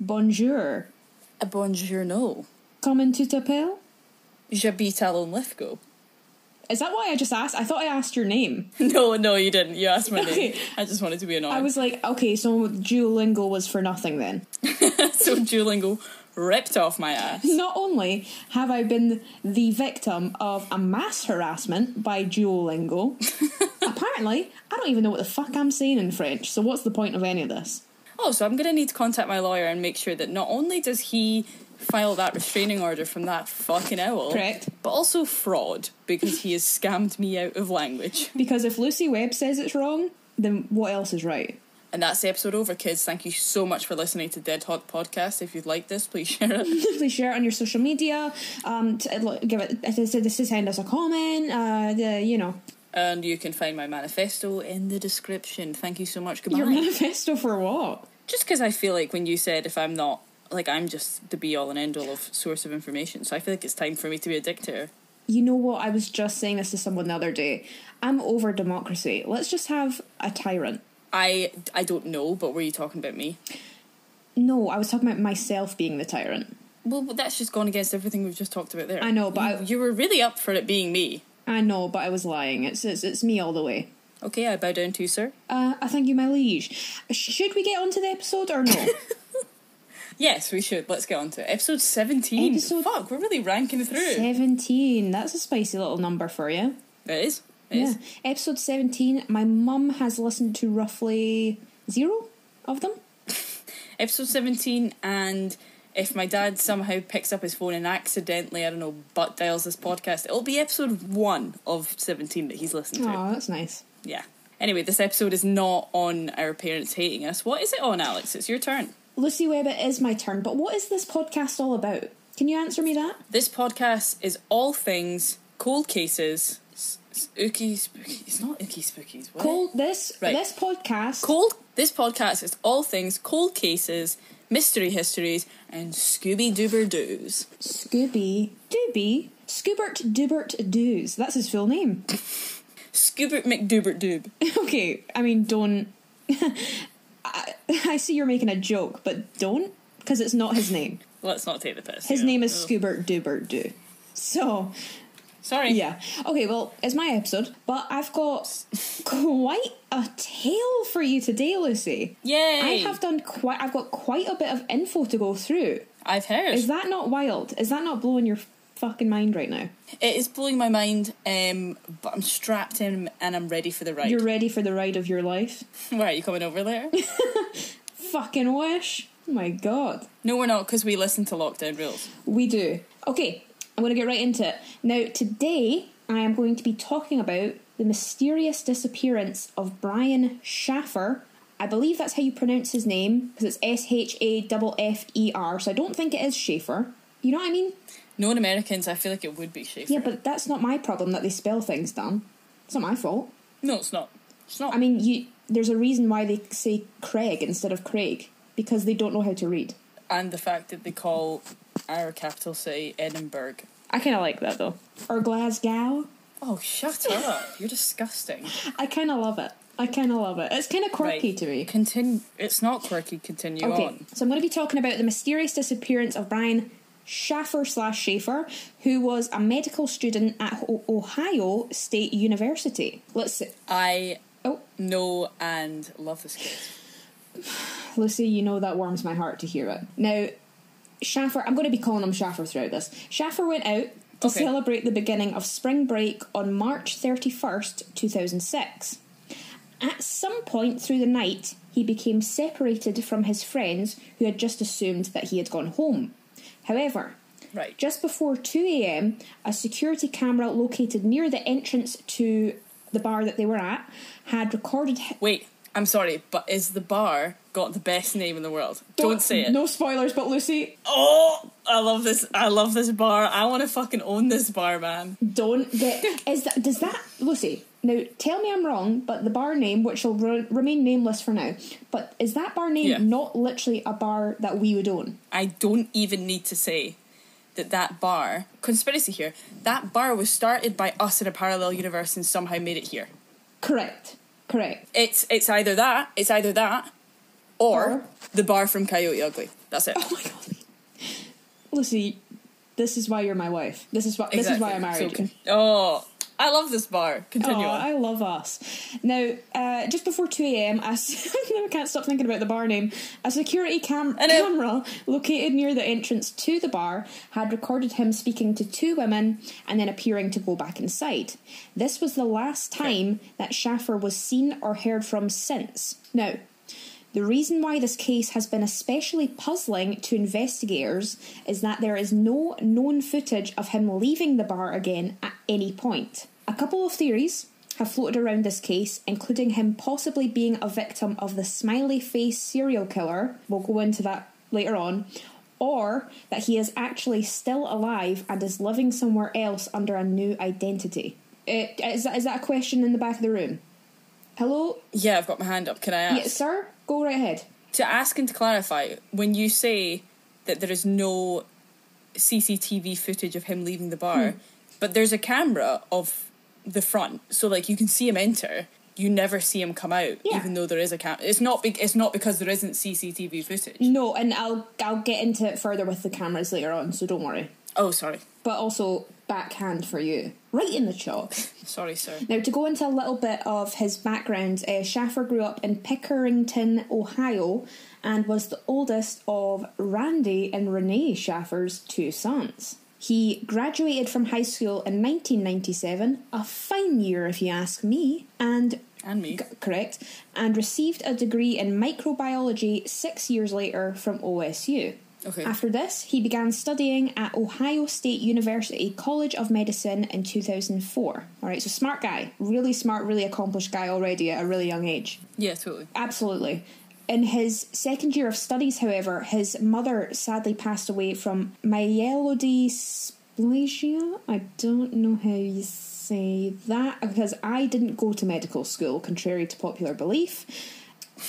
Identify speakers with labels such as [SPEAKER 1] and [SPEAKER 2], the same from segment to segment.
[SPEAKER 1] Bonjour.
[SPEAKER 2] A bonjourno.
[SPEAKER 1] Comment tu t'appelles?
[SPEAKER 2] J'habite à Linlithgow.
[SPEAKER 1] Is that why I just asked? I thought I asked your name.
[SPEAKER 2] No, no, you didn't. You asked my name.
[SPEAKER 1] Okay.
[SPEAKER 2] I just wanted to be annoying.
[SPEAKER 1] I was like, okay, so Duolingo was for nothing then.
[SPEAKER 2] so Duolingo ripped off my ass.
[SPEAKER 1] Not only have I been the victim of a mass harassment by Duolingo, apparently I don't even know what the fuck I'm saying in French, so what's the point of any of this?
[SPEAKER 2] Oh, so I'm going to need to contact my lawyer and make sure that not only does he file that restraining order from that fucking owl,
[SPEAKER 1] Correct.
[SPEAKER 2] but also fraud because he has scammed me out of language.
[SPEAKER 1] Because if Lucy Webb says it's wrong, then what else is right?
[SPEAKER 2] And that's the episode over, kids. Thank you so much for listening to Dead Hot Podcast. If you'd like this, please share it.
[SPEAKER 1] Please share it on your social media. Um, t- lo- give it. This this is send us a comment. Uh, the, you know
[SPEAKER 2] and you can find my manifesto in the description. Thank you so much. Goodbye.
[SPEAKER 1] your manifesto for what?
[SPEAKER 2] just because I feel like when you said if I'm not like I'm just the be all and end all of source of information, so I feel like it's time for me to be a dictator.
[SPEAKER 1] You know what? I was just saying this to someone the other day. I'm over democracy. Let's just have a tyrant.
[SPEAKER 2] I I don't know, but were you talking about me?
[SPEAKER 1] No, I was talking about myself being the tyrant.
[SPEAKER 2] Well, but that's just gone against everything we've just talked about there.
[SPEAKER 1] I know, but
[SPEAKER 2] you,
[SPEAKER 1] I-
[SPEAKER 2] you were really up for it being me.
[SPEAKER 1] I know, but I was lying. It's it's, it's me all the way.
[SPEAKER 2] Okay, I bow down to you, sir.
[SPEAKER 1] Uh, I thank you, my liege. Should we get onto the episode or no?
[SPEAKER 2] Yes, we should. Let's get on to it. Episode seventeen.
[SPEAKER 1] Episode-
[SPEAKER 2] Fuck, we're really ranking through.
[SPEAKER 1] Seventeen. That's a spicy little number for you.
[SPEAKER 2] It is. It is.
[SPEAKER 1] Yeah. Episode 17, my mum has listened to roughly zero of them.
[SPEAKER 2] Episode seventeen, and if my dad somehow picks up his phone and accidentally, I don't know, butt dials this podcast, it'll be episode one of seventeen that he's listened to.
[SPEAKER 1] Oh, that's nice.
[SPEAKER 2] Yeah. Anyway, this episode is not on our parents hating us. What is it on, Alex? It's your turn.
[SPEAKER 1] Lucy Webb, it is my turn, but what is this podcast all about? Can you answer me that?
[SPEAKER 2] This podcast is all things cold cases. s- s- Ookie spooky. It's not ookie spookies. What?
[SPEAKER 1] Cold this
[SPEAKER 2] Right.
[SPEAKER 1] this podcast
[SPEAKER 2] Cold. This podcast is all things cold cases, mystery histories, and Scooby Doober Doos.
[SPEAKER 1] Scooby Dooby Scoobert Doobert Doos. That's his full name.
[SPEAKER 2] Scoobert McDoobert Doob.
[SPEAKER 1] okay, I mean don't I, I see you're making a joke, but don't because it's not his name.
[SPEAKER 2] Let's not take the piss. Oh.
[SPEAKER 1] His
[SPEAKER 2] you know.
[SPEAKER 1] name is
[SPEAKER 2] Ugh.
[SPEAKER 1] Scoobert Doobert Doo. So
[SPEAKER 2] Sorry.
[SPEAKER 1] Yeah. Okay, well, it's my episode, but I've got quite a tale for you today, Lucy.
[SPEAKER 2] Yay.
[SPEAKER 1] I have done quite I've got quite a bit of info to go through.
[SPEAKER 2] I've heard.
[SPEAKER 1] Is that not wild? Is that not blowing your fucking mind right now?
[SPEAKER 2] it is blowing my mind, um, but I'm strapped in and I'm ready for the ride.
[SPEAKER 1] You're ready for the ride of your life?
[SPEAKER 2] Why are you coming over later?
[SPEAKER 1] Fucking wish. Oh my god.
[SPEAKER 2] No, we're not, because we listen to lockdown rules.
[SPEAKER 1] We do. Okay, I'm going to get right into it. Now, today I am going to be talking about the mysterious disappearance of Brian Schaffer. I believe that's how you pronounce his name because it's S H A F F E R, so I don't think it is Schaefer. You know what I mean?
[SPEAKER 2] Known Americans, I feel like it would be Schaefer.
[SPEAKER 1] Yeah, but that's not my problem that they spell things down. It's not my fault.
[SPEAKER 2] No, it's not. It's not.
[SPEAKER 1] I mean, you, there's a reason why they say Craig instead of Craig because they don't know how to read.
[SPEAKER 2] and the fact that they call our capital city Edinburgh.
[SPEAKER 1] I kind of like that though. Or Glasgow.
[SPEAKER 2] Oh, shut up. You're disgusting.
[SPEAKER 1] I kind of love it. I kind of love it. It's kind of quirky to me.
[SPEAKER 2] Continue. It's not quirky. Continue on.
[SPEAKER 1] so I'm going to be talking about the mysterious disappearance of Brian Schaffer slash Schaefer, who was a medical student at O- Ohio State University. Let's see.
[SPEAKER 2] I
[SPEAKER 1] Oh,
[SPEAKER 2] know and love this kid.
[SPEAKER 1] Lucy, you know that warms my heart to hear it. Now, Schaffer, I'm going to be calling him Schaffer throughout this. Schaffer went out to
[SPEAKER 2] Okay.
[SPEAKER 1] celebrate the beginning of spring break on March 31st, 2006. At some point through the night, he became separated from his friends who had just assumed that he had gone home. However,
[SPEAKER 2] Right.
[SPEAKER 1] just before 2 a.m., a security camera located near the entrance to the bar that they were at had recorded hi-
[SPEAKER 2] Wait. I'm sorry, but is the bar got the best name in the world? Don't, say it.
[SPEAKER 1] No spoilers, but Lucy,
[SPEAKER 2] Oh, I love this. I love this bar. I want to fucking own this bar, man.
[SPEAKER 1] don't get. Is that does that Lucy? Now tell me I'm wrong, but the bar name, which will re- remain nameless for now, but is that bar name
[SPEAKER 2] Yeah.
[SPEAKER 1] not literally a bar that we would own?
[SPEAKER 2] I don't even need to say that that bar conspiracy here that bar was started by us in a parallel universe and somehow made it here
[SPEAKER 1] Correct. Correct.
[SPEAKER 2] it's it's either that it's either that or
[SPEAKER 1] Or-
[SPEAKER 2] the bar from Coyote Ugly. That's it.
[SPEAKER 1] Oh my god. Lucy, this is why you're my wife. This is why this is why I married
[SPEAKER 2] So-
[SPEAKER 1] you.
[SPEAKER 2] Oh, I love this bar.
[SPEAKER 1] Oh,
[SPEAKER 2] Continue on.
[SPEAKER 1] I love us. Now, uh, just before 2 a.m., I, s- I can't stop thinking about the bar name. A security cam-
[SPEAKER 2] I know.
[SPEAKER 1] camera located near the entrance to the bar had recorded him speaking to two women and then appearing to go back inside. This was the last time that Schaffer was seen or heard from since. Now, the reason why this case has been especially puzzling to investigators is that there is no known footage of him leaving the bar again at any point. A couple of theories have floated around this case, including him possibly being a victim of the smiley face serial killer, we'll go into that later on, or that he is actually still alive and is living somewhere else under a new identity. Uh, is, that, is that a question in the back of the room? Hello?
[SPEAKER 2] Yeah, I've got my hand up. Can I ask?
[SPEAKER 1] Yes, sir? Go right ahead.
[SPEAKER 2] To ask and to clarify, when you say that there is no CCTV footage of him leaving the bar,
[SPEAKER 1] Hmm.
[SPEAKER 2] but there's a camera of the front, so like you can see him enter. You never see him come out,
[SPEAKER 1] Yeah.
[SPEAKER 2] even though there is a cam. It's not. Be- it's not because there isn't CCTV footage.
[SPEAKER 1] No, and I'll I'll get into it further with the cameras later on, so don't worry.
[SPEAKER 2] Oh, sorry,
[SPEAKER 1] But also backhand for you, right in the chops.
[SPEAKER 2] sorry, sir.
[SPEAKER 1] Now, to go into a little bit of his background, uh, Schaffer grew up in Pickerington, Ohio, and was the oldest of Randy and Renee Schaffer's two sons. He graduated from high school in 1997, a fine year if you ask me, and
[SPEAKER 2] And me.
[SPEAKER 1] G- correct, and received a degree in microbiology six years later from OSU.
[SPEAKER 2] Okay.
[SPEAKER 1] After this, he began studying at Ohio State University College of Medicine in 2004. All right, so smart guy, really smart, really accomplished guy already at a really young age.
[SPEAKER 2] Yeah, totally.
[SPEAKER 1] Absolutely. In his second year of studies, however, his mother sadly passed away from myelodysplasia. I don't know how you say that because I didn't go to medical school, contrary to popular belief.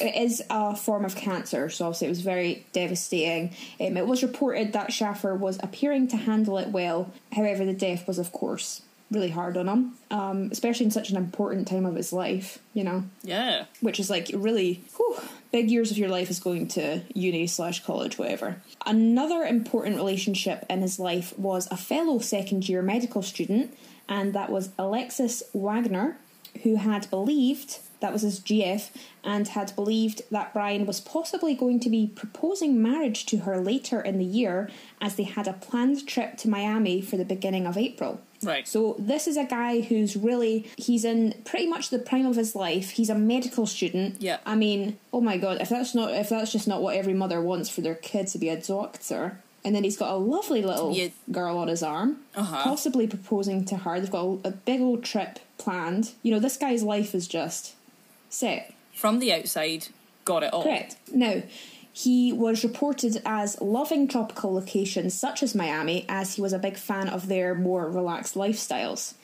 [SPEAKER 1] It is a form of cancer, so obviously it was very devastating. Um, it was reported that Schaffer was appearing to handle it well, however, the death was, of course, really hard on him, um, especially in such an important time of his life, you know
[SPEAKER 2] Yeah.
[SPEAKER 1] which is like really whew, big years of your life is going to uni slash college whatever another important relationship in his life was a fellow second year medical student and that was alexis wagner who had believed that was his gf and had believed that brian was possibly going to be proposing marriage to her later in the year as they had a planned trip to miami for the beginning of april
[SPEAKER 2] Right.
[SPEAKER 1] so this is a guy who's really he's in pretty much the prime of his life. He's a medical student.
[SPEAKER 2] Yeah.
[SPEAKER 1] I mean, oh my god, if that's not if that's just not what every mother wants for their kid to be a doctor. And then he's got a lovely little
[SPEAKER 2] Yeah.
[SPEAKER 1] girl on his arm,
[SPEAKER 2] Uh-huh.
[SPEAKER 1] possibly proposing to her. They've got a, a big old trip planned. You know, this guy's life is just set.
[SPEAKER 2] From the outside, got it all.
[SPEAKER 1] Correct. Now, he was reported as loving tropical locations such as Miami, as he was a big fan of their more relaxed lifestyles.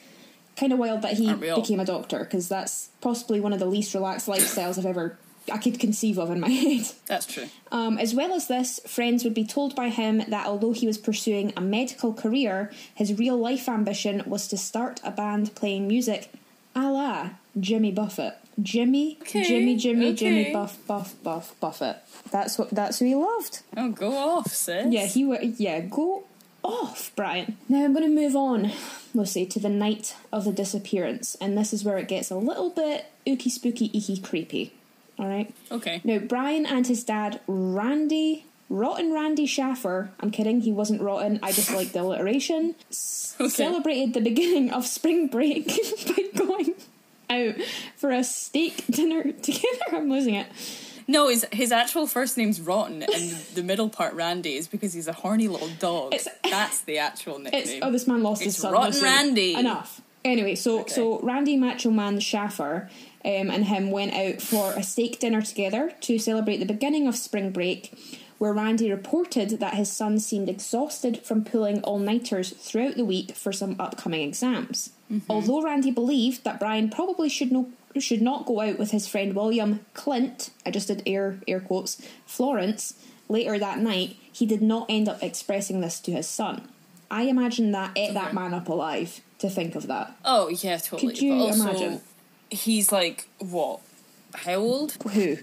[SPEAKER 1] Kind of wild that he
[SPEAKER 2] Aren't we all?
[SPEAKER 1] became a doctor, because that's possibly one of the least relaxed lifestyles I've ever I could conceive of in my head.
[SPEAKER 2] That's true.
[SPEAKER 1] Um, as well as this, friends would be told by him that although he was pursuing a medical career, his real life ambition was to start a band playing music a la Jimmy Buffett. Jimmy,
[SPEAKER 2] Okay,
[SPEAKER 1] Jimmy, Jimmy, Jimmy
[SPEAKER 2] okay.
[SPEAKER 1] Buff, Buff, Buff, Buffett. That's what. That's who he loved.
[SPEAKER 2] Oh, go off, sis.
[SPEAKER 1] Yeah, he were. Yeah, go off, Brian. Now I'm going to move on, Lucy, to the night of the disappearance, and this is where it gets a little bit ooky, spooky, icky, creepy. All right.
[SPEAKER 2] Okay.
[SPEAKER 1] Now, Brian and his dad, Randy, rotten Randy Schaffer, I'm kidding, he wasn't rotten, I just like the alliteration, s-
[SPEAKER 2] Okay.
[SPEAKER 1] celebrated the beginning of spring break by going out for a steak dinner together. I'm losing it.
[SPEAKER 2] No, his his actual first name's Rotten, and the middle part Randy is because he's a horny little dog.
[SPEAKER 1] It's-
[SPEAKER 2] That's the actual nickname.
[SPEAKER 1] It's oh, this man lost his
[SPEAKER 2] It's
[SPEAKER 1] son.
[SPEAKER 2] rotten
[SPEAKER 1] listen.
[SPEAKER 2] Randy.
[SPEAKER 1] Enough. Anyway, so
[SPEAKER 2] Okay.
[SPEAKER 1] so Randy Macho Man Schaffer um, and him went out for a steak dinner together to celebrate the beginning of spring break, where Randy reported that his son seemed exhausted from pulling all nighters throughout the week for some upcoming exams.
[SPEAKER 2] Mm-hmm.
[SPEAKER 1] Although Randy believed that Brian probably should know. Should not go out with his friend William Clint. I just did air air quotes. Florence later that night, he did not end up expressing this to his son. I imagine that ate that man up alive to think of that.
[SPEAKER 2] oh yeah, totally.
[SPEAKER 1] Could you
[SPEAKER 2] but also,
[SPEAKER 1] imagine?
[SPEAKER 2] he's like what? How old?
[SPEAKER 1] Who?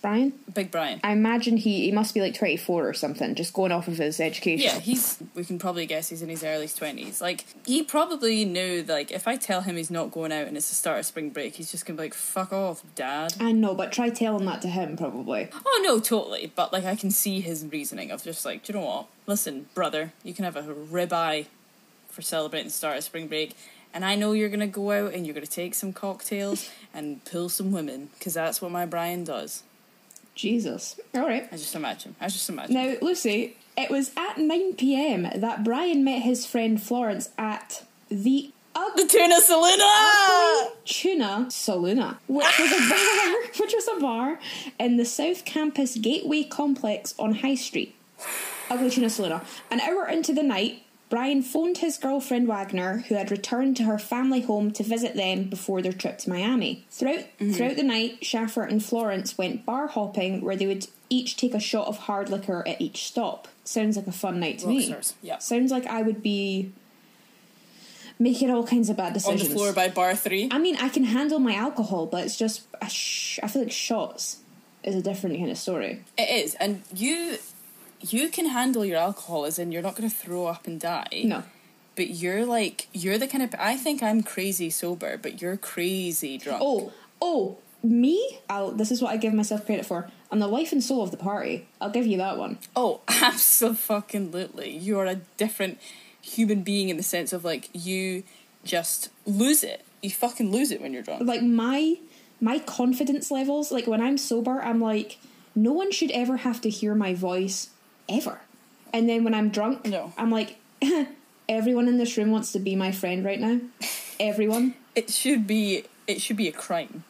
[SPEAKER 1] Brian?
[SPEAKER 2] Big Brian.
[SPEAKER 1] I imagine he, he must be like 24 or something, just going off of his education.
[SPEAKER 2] Yeah, he's. We can probably guess he's in his early twenties. Like he probably knew. Like if I tell him he's not going out and it's the start of spring break, he's just gonna be like, "Fuck off, dad."
[SPEAKER 1] I know, but try telling that to him, probably.
[SPEAKER 2] Oh no, totally. But like I can see his reasoning of just like, do you know what? Listen, brother, you can have a ribeye for celebrating the start of spring break. And I know you're gonna go out and you're gonna take some cocktails and pull some women, because that's what my Brian does.
[SPEAKER 1] Jesus. All right.
[SPEAKER 2] I just imagine. I just imagine.
[SPEAKER 1] Now, Lucy, it was at 9 pm that Brian met his friend Florence at the
[SPEAKER 2] The tuna salina.
[SPEAKER 1] Tuna Saluna, which was a bar, which was a bar in the South Campus Gateway Complex on High Street. Ugly Tuna Saluna. An hour into the night, Brian phoned his girlfriend Wagner, who had returned to her family home to visit them before their trip to Miami. Throughout
[SPEAKER 2] Mm-hmm.
[SPEAKER 1] throughout the night, Schaffer and Florence went bar hopping, where they would each take a shot of hard liquor at each stop. Sounds like a fun night to me.
[SPEAKER 2] Rockstars, yeah.
[SPEAKER 1] Sounds like I would be making all kinds of bad
[SPEAKER 2] On
[SPEAKER 1] decisions
[SPEAKER 2] the floor by bar three.
[SPEAKER 1] I mean, I can handle my alcohol, but it's just I, sh- I feel like shots is a different kind of story.
[SPEAKER 2] It is, and you you can handle your alcohol, as in you're not going to throw up and die.
[SPEAKER 1] No,
[SPEAKER 2] But you're like you're the kind of I think I'm crazy sober, but you're crazy drunk.
[SPEAKER 1] oh, oh, me. I'll, this is what I give myself credit for. I'm the life and soul of the party. I'll give you that one.
[SPEAKER 2] oh, absolutely. You are a different human being in the sense of like you just lose it. You fucking lose it when you're drunk.
[SPEAKER 1] Like my my confidence levels. Like when I'm sober, I'm like, no one should ever have to hear my voice ever. And then when I'm drunk,
[SPEAKER 2] No.
[SPEAKER 1] I'm like, everyone in this room wants to be my friend right now. Everyone.
[SPEAKER 2] It should be it should be a crime.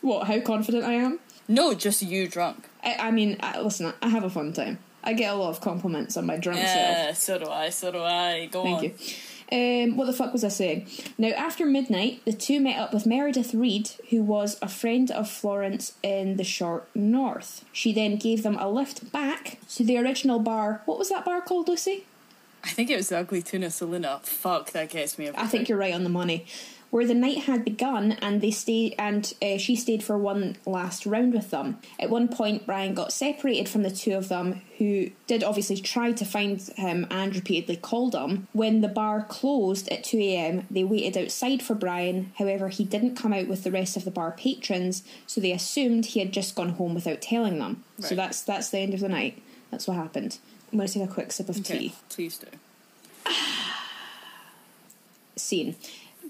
[SPEAKER 1] What? How confident I am.
[SPEAKER 2] No, just you drunk.
[SPEAKER 1] I, I mean, I, listen, I have a fun time. I get a lot of compliments on my drunk self.
[SPEAKER 2] Yeah, so do I. So do I. Go
[SPEAKER 1] Thank
[SPEAKER 2] on.
[SPEAKER 1] you. Um, what the fuck was I saying? Now, after midnight, the two met up with Meredith Reed, who was a friend of Florence in the short north. She then gave them a lift back to the original bar. What was that bar called, Lucy?
[SPEAKER 2] I think it was the ugly tuna Selena. Fuck, that gets me. Every
[SPEAKER 1] I think you're right on the money. Where the night had begun, and they stayed, and uh, she stayed for one last round with them. At one point, Brian got separated from the two of them, who did obviously try to find him and repeatedly called him. When the bar closed at 2 a.m., they waited outside for Brian. However, he didn't come out with the rest of the bar patrons, so they assumed he had just gone home without telling them. So
[SPEAKER 2] Right.
[SPEAKER 1] that's that's the end of the night. That's what happened. I'm going to take a quick sip of
[SPEAKER 2] Okay,
[SPEAKER 1] tea
[SPEAKER 2] please do.
[SPEAKER 1] scene.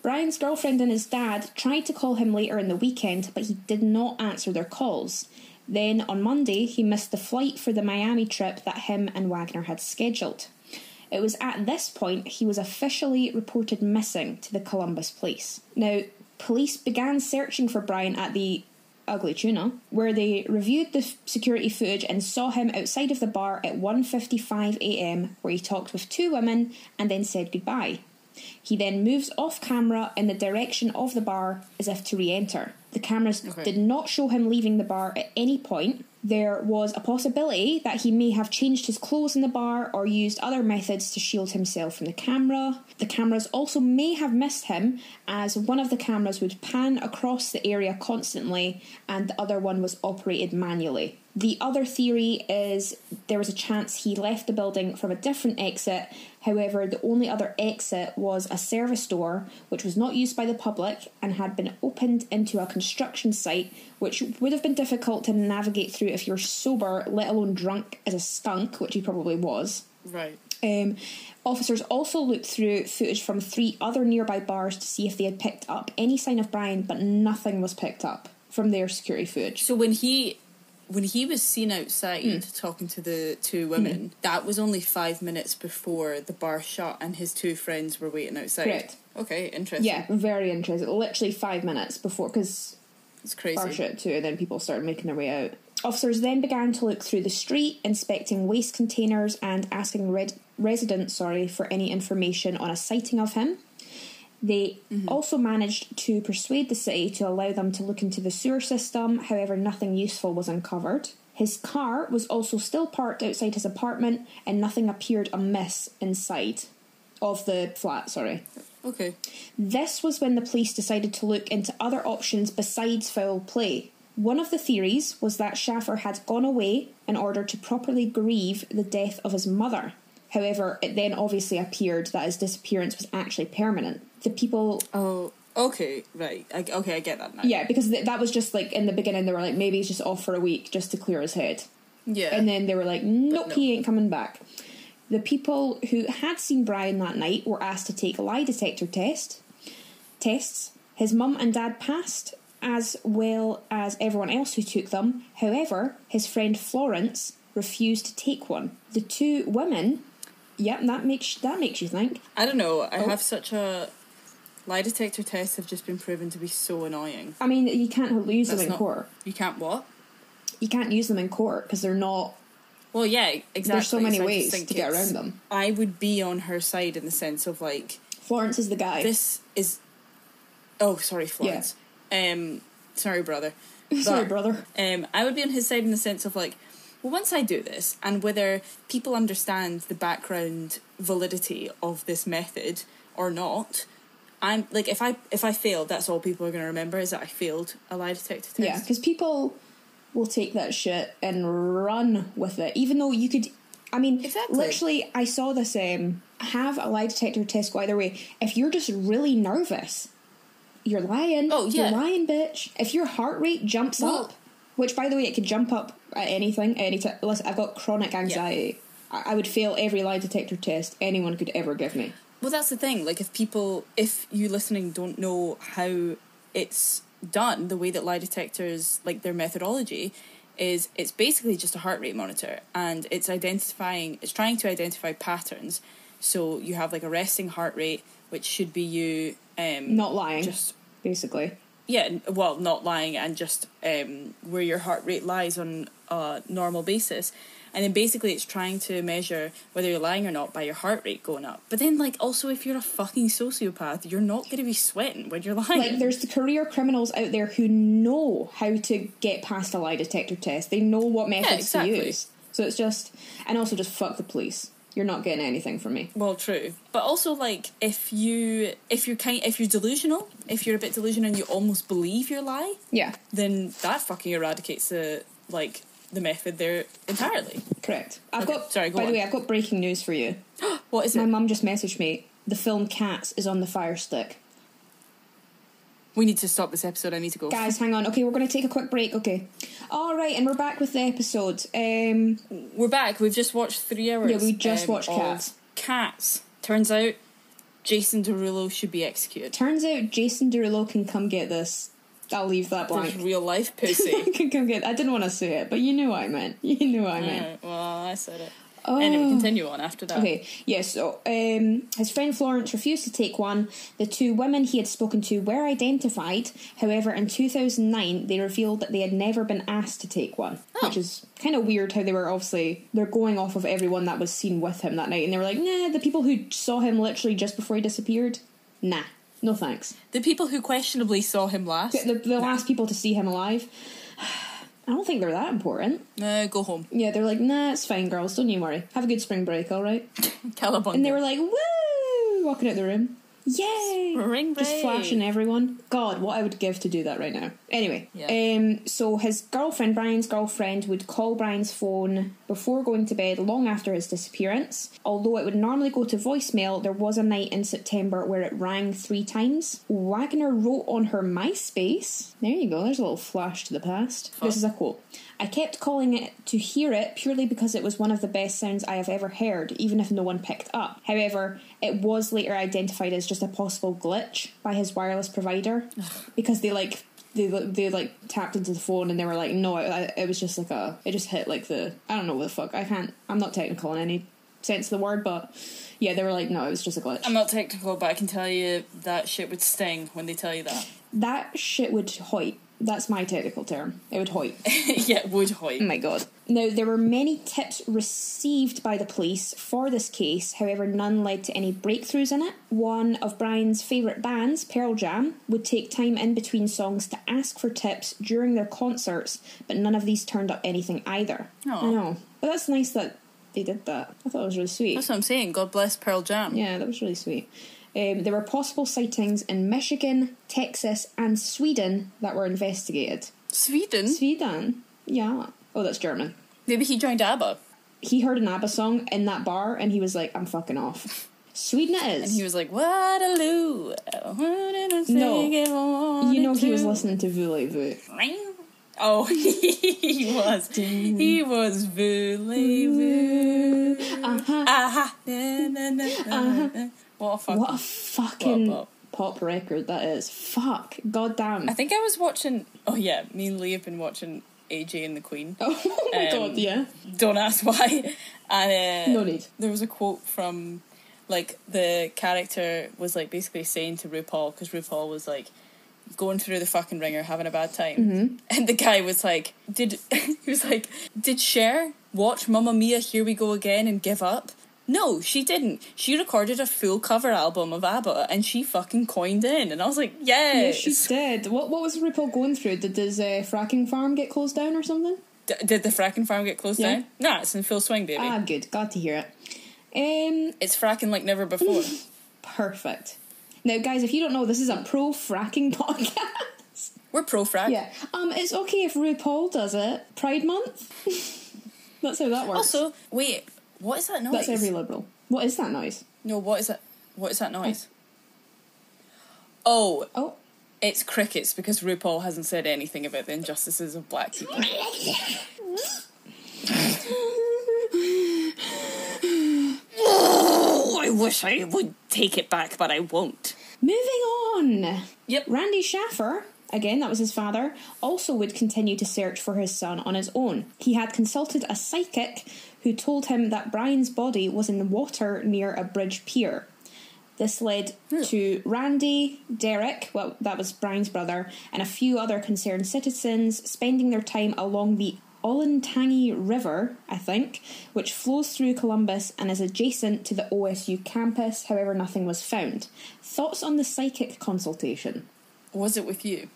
[SPEAKER 1] Brian's girlfriend and his dad tried to call him later in the weekend, but he did not answer their calls. Then on Monday, he missed the flight for the Miami trip that him and Wagner had scheduled. It was at this point he was officially reported missing to the Columbus police. Now, police began searching for Brian at the Ugly Tuna, where they reviewed the f- security footage and saw him outside of the bar at 1:55 a.m., where he talked with two women and then said goodbye. He then moves off camera in the direction of the bar as if to re enter. The cameras
[SPEAKER 2] Okay.
[SPEAKER 1] did not show him leaving the bar at any point. There was a possibility that he may have changed his clothes in the bar or used other methods to shield himself from the camera. The cameras also may have missed him, as one of the cameras would pan across the area constantly and the other one was operated manually. The other theory is there was a chance he left the building from a different exit. However, the only other exit was a service door, which was not used by the public and had been opened into a construction site, which would have been difficult to navigate through if you're sober, let alone drunk as a skunk, which he probably was.
[SPEAKER 2] Right.
[SPEAKER 1] Um, officers also looked through footage from three other nearby bars to see if they had picked up any sign of Brian, but nothing was picked up from their security footage.
[SPEAKER 2] So when he when he was seen outside
[SPEAKER 1] Hmm.
[SPEAKER 2] talking to the two women, that was only five minutes before the bar shut and his two friends were waiting outside.
[SPEAKER 1] Correct.
[SPEAKER 2] Okay, interesting.
[SPEAKER 1] Yeah, very interesting. Literally five minutes before, because
[SPEAKER 2] It's crazy.
[SPEAKER 1] bar shut too, and then people started making their way out. Officers then began to look through the street, inspecting waste containers and asking red- residents, sorry, for any information on a sighting of him. They also managed to persuade the city to allow them to look into the sewer system, however, nothing useful was uncovered. His car was also still parked outside his apartment, and nothing appeared amiss inside of the flat, sorry.
[SPEAKER 2] Okay.
[SPEAKER 1] This was when the police decided to look into other options besides foul play. One of the theories was that Schaffer had gone away in order to properly grieve the death of his mother. However, it then obviously appeared that his disappearance was actually permanent. The people
[SPEAKER 2] Oh, okay, right. I, okay, I get that now.
[SPEAKER 1] Yeah, because th- that was just like in the beginning, they were like, maybe he's just off for a week just to clear his head.
[SPEAKER 2] Yeah.
[SPEAKER 1] And then they were like, nope,
[SPEAKER 2] no.
[SPEAKER 1] he ain't coming back. The people who had seen Brian that night were asked to take lie detector test tests. His mum and dad passed, as well as everyone else who took them. However, his friend Florence refused to take one. The two women, yep, that makes that makes you think.
[SPEAKER 2] I don't know. I
[SPEAKER 1] Oh.
[SPEAKER 2] have such a lie detector tests have just been proven to be so annoying.
[SPEAKER 1] I mean, you can't use them
[SPEAKER 2] That's
[SPEAKER 1] in
[SPEAKER 2] not-
[SPEAKER 1] court.
[SPEAKER 2] You can't what?
[SPEAKER 1] You can't use them in court because they're not
[SPEAKER 2] Well, yeah, exactly.
[SPEAKER 1] There's so many
[SPEAKER 2] I just
[SPEAKER 1] ways
[SPEAKER 2] think
[SPEAKER 1] to get
[SPEAKER 2] it's-
[SPEAKER 1] around them.
[SPEAKER 2] I would be on her side in the sense of like
[SPEAKER 1] Florence is the guy.
[SPEAKER 2] this is. Oh, sorry, Florence. Um, sorry, brother.
[SPEAKER 1] Sorry,
[SPEAKER 2] But,
[SPEAKER 1] brother.
[SPEAKER 2] Um, I would be on his side in the sense of like, well, once I do this, and whether people understand the background validity of this method or not, I'm like, if I if I fail, that's all people are going to remember is that I failed a lie detector test.
[SPEAKER 1] Yeah, because people will take that shit and run with it, even though you could. I mean,
[SPEAKER 2] Exactly.
[SPEAKER 1] literally, I saw this. Um, have a lie detector test go either way. If you're just really nervous, you're lying.
[SPEAKER 2] Oh, yeah.
[SPEAKER 1] you're lying, bitch. If your heart rate jumps
[SPEAKER 2] Well-
[SPEAKER 1] up, which by the way, it could jump up at anything, at any time. Listen, I've got chronic anxiety. I I would fail every lie detector test anyone could ever give me.
[SPEAKER 2] Well, that's the thing. Like, if people, if you listening don't know how it's done, the way that lie detectors, like their methodology, is it's basically just a heart rate monitor and it's identifying, it's trying to identify patterns. So you have like a resting heart rate, which should be you. Um,
[SPEAKER 1] Not lying,
[SPEAKER 2] Just,
[SPEAKER 1] basically.
[SPEAKER 2] yeah, n- well, not lying and just um, where your heart rate lies on a normal basis. And then basically, it's trying to measure whether you're lying or not by your heart rate going up. But then, like, also, if you're a fucking sociopath, you're not going to be sweating when you're lying.
[SPEAKER 1] Like there's the career criminals out there who know how to get past a lie detector test. They know what methods
[SPEAKER 2] exactly.
[SPEAKER 1] to use. So it's just and also just fuck the police. You're not getting anything from me.
[SPEAKER 2] Well, true, but also like if you if you're kind if you're delusional, if you're a bit delusional and you almost believe your lie,
[SPEAKER 1] Yeah,
[SPEAKER 2] then that fucking eradicates the like the method there entirely.
[SPEAKER 1] correct. I've
[SPEAKER 2] Okay,
[SPEAKER 1] got
[SPEAKER 2] sorry, go
[SPEAKER 1] by the
[SPEAKER 2] on.
[SPEAKER 1] way, I've got breaking news for you.
[SPEAKER 2] What is
[SPEAKER 1] My
[SPEAKER 2] it?
[SPEAKER 1] mum just messaged me. The film Cats is on the fire stick.
[SPEAKER 2] We need to stop this episode. I need to go.
[SPEAKER 1] Guys, hang on. Okay, we're gonna take a quick break, okay. Alright, and we're back with the episode. Um
[SPEAKER 2] We're back. We've just watched three hours. um,
[SPEAKER 1] Yeah, we just watched
[SPEAKER 2] of
[SPEAKER 1] Cats.
[SPEAKER 2] Cats. Turns out, Jason Derulo should be executed.
[SPEAKER 1] turns out Jason Derulo can come get this. I'll leave that
[SPEAKER 2] There's
[SPEAKER 1] blank.
[SPEAKER 2] real life pussy.
[SPEAKER 1] can come get I didn't want to say it, but you knew what I meant. You knew what I meant.
[SPEAKER 2] Alright, well, I said it. Anyway, continue on after that.
[SPEAKER 1] Oh. Okay, yes, so um, his friend Florence refused to take one. The two women he had spoken to were identified. However, in 2009, they revealed that they had never been asked to take one,
[SPEAKER 2] Oh.
[SPEAKER 1] which is kind of weird how they were obviously, they're going off of everyone that was seen with him that night. And they were like, nah, the people who saw him literally just before he disappeared, nah, no thanks.
[SPEAKER 2] The people who questionably saw him last.
[SPEAKER 1] The, the last people to see him alive, I don't think they're that important.
[SPEAKER 2] No, uh, go home.
[SPEAKER 1] Yeah, they're like, nah, it's fine, girls, don't you worry. Have a good spring break, alright?
[SPEAKER 2] Calabunga.
[SPEAKER 1] And they were like, woo! Walking out the room. Yay!
[SPEAKER 2] Spring
[SPEAKER 1] Just
[SPEAKER 2] break.
[SPEAKER 1] flashing everyone. God, what I would give to do that right now. Anyway,
[SPEAKER 2] Yeah.
[SPEAKER 1] um, so his girlfriend, Brian's girlfriend, would call Brian's phone before going to bed long after his disappearance. Although it would normally go to voicemail, there was a night in September where it rang three times. Wagner wrote on her MySpace. There you go, there's a little flash to the past. This is a quote. I kept calling it to hear it purely because it was one of the best sounds I have ever heard, even if no one picked up. However, it was later identified as just a possible glitch by his wireless provider because they like they they like tapped into the phone and they were like, no, it, it was just like a it just hit like the I don't know what the fuck I can't I'm not technical in any sense of the word, but yeah, they were like, no, it was just a glitch.
[SPEAKER 2] I'm not technical, but I can tell you that shit would sting when they tell you that.
[SPEAKER 1] that shit would hoit. That's my technical term. It would hoit.
[SPEAKER 2] yeah, would hoy.
[SPEAKER 1] Oh my god. Now, there were many tips received by the police for this case, however, none led to any breakthroughs in it. One of Brian's favourite bands, Pearl Jam, would take time in between songs to ask for tips during their concerts, but none of these turned up anything either.
[SPEAKER 2] Aw.
[SPEAKER 1] I know. But that's nice that they did that. I thought it was really sweet.
[SPEAKER 2] That's what I'm saying. God bless Pearl Jam.
[SPEAKER 1] Yeah, that was really sweet. Um, there were possible sightings in Michigan, Texas, and Sweden that were investigated.
[SPEAKER 2] Sweden?
[SPEAKER 1] Sweden. Yeah. Oh, that's German.
[SPEAKER 2] Maybe he joined ABBA.
[SPEAKER 1] He heard an ABBA song in that bar and he was like, I'm fucking off. Sweden it
[SPEAKER 2] And
[SPEAKER 1] is.
[SPEAKER 2] he was like, Waterloo. I wanted to sing
[SPEAKER 1] No.
[SPEAKER 2] it, wanted
[SPEAKER 1] you know he was
[SPEAKER 2] to."
[SPEAKER 1] listening to Voulez-Vous.
[SPEAKER 2] Oh, he was. He was voulez-vous.
[SPEAKER 1] Uh-huh.
[SPEAKER 2] Aha. Na, na, na, na, na. What a fuck.
[SPEAKER 1] What a fucking
[SPEAKER 2] What a
[SPEAKER 1] pop record that is. Fuck. God damn.
[SPEAKER 2] I think I was watching. Oh, yeah. Me and Lee have been watching AJ and the Queen.
[SPEAKER 1] oh my
[SPEAKER 2] Um,
[SPEAKER 1] god, yeah.
[SPEAKER 2] Don't ask why. And uh,
[SPEAKER 1] No need.
[SPEAKER 2] There was a quote from, like, the character was like basically saying to RuPaul because RuPaul was like going through the fucking ringer, having a bad time,
[SPEAKER 1] Mm-hmm.
[SPEAKER 2] and the guy was like, "Did he was like, did Cher watch Mamma Mia? Here we go again and give up." No, she didn't. She recorded a full cover album of ABBA and she fucking coined in. And I was like,
[SPEAKER 1] Yeah,
[SPEAKER 2] yes.
[SPEAKER 1] she did. What what was RuPaul going through? Did his uh, fracking farm get closed down or something?
[SPEAKER 2] D- did the fracking farm get closed
[SPEAKER 1] Yeah.
[SPEAKER 2] down? Nah, it's in full swing, baby.
[SPEAKER 1] Ah, good. Glad to hear it. Um,
[SPEAKER 2] it's fracking like never before.
[SPEAKER 1] perfect. Now, guys, if you don't know, this is a pro fracking podcast.
[SPEAKER 2] We're pro frack.
[SPEAKER 1] yeah. Um, it's okay if RuPaul does it. Pride Month. That's how that works.
[SPEAKER 2] Also, wait, what is that noise?
[SPEAKER 1] that's every liberal. What is that noise?
[SPEAKER 2] no, what is that? What is that noise? Oh,
[SPEAKER 1] Oh.
[SPEAKER 2] it's crickets because RuPaul hasn't said anything about the injustices of black people. Oh, I wish I would take it back, but I won't.
[SPEAKER 1] Moving on.
[SPEAKER 2] Yep.
[SPEAKER 1] Randy Schaffer, again, that was his father, also would continue to search for his son on his own. He had consulted a psychic who told him that Brian's body was in the water near a bridge pier. This led to Randy, Derek, well, that was Brian's brother, and a few other concerned citizens spending their time along the Olentangy River, I think, which flows through Columbus and is adjacent to the OSU campus. However, nothing was found. Thoughts on the psychic consultation?
[SPEAKER 2] Was it with you?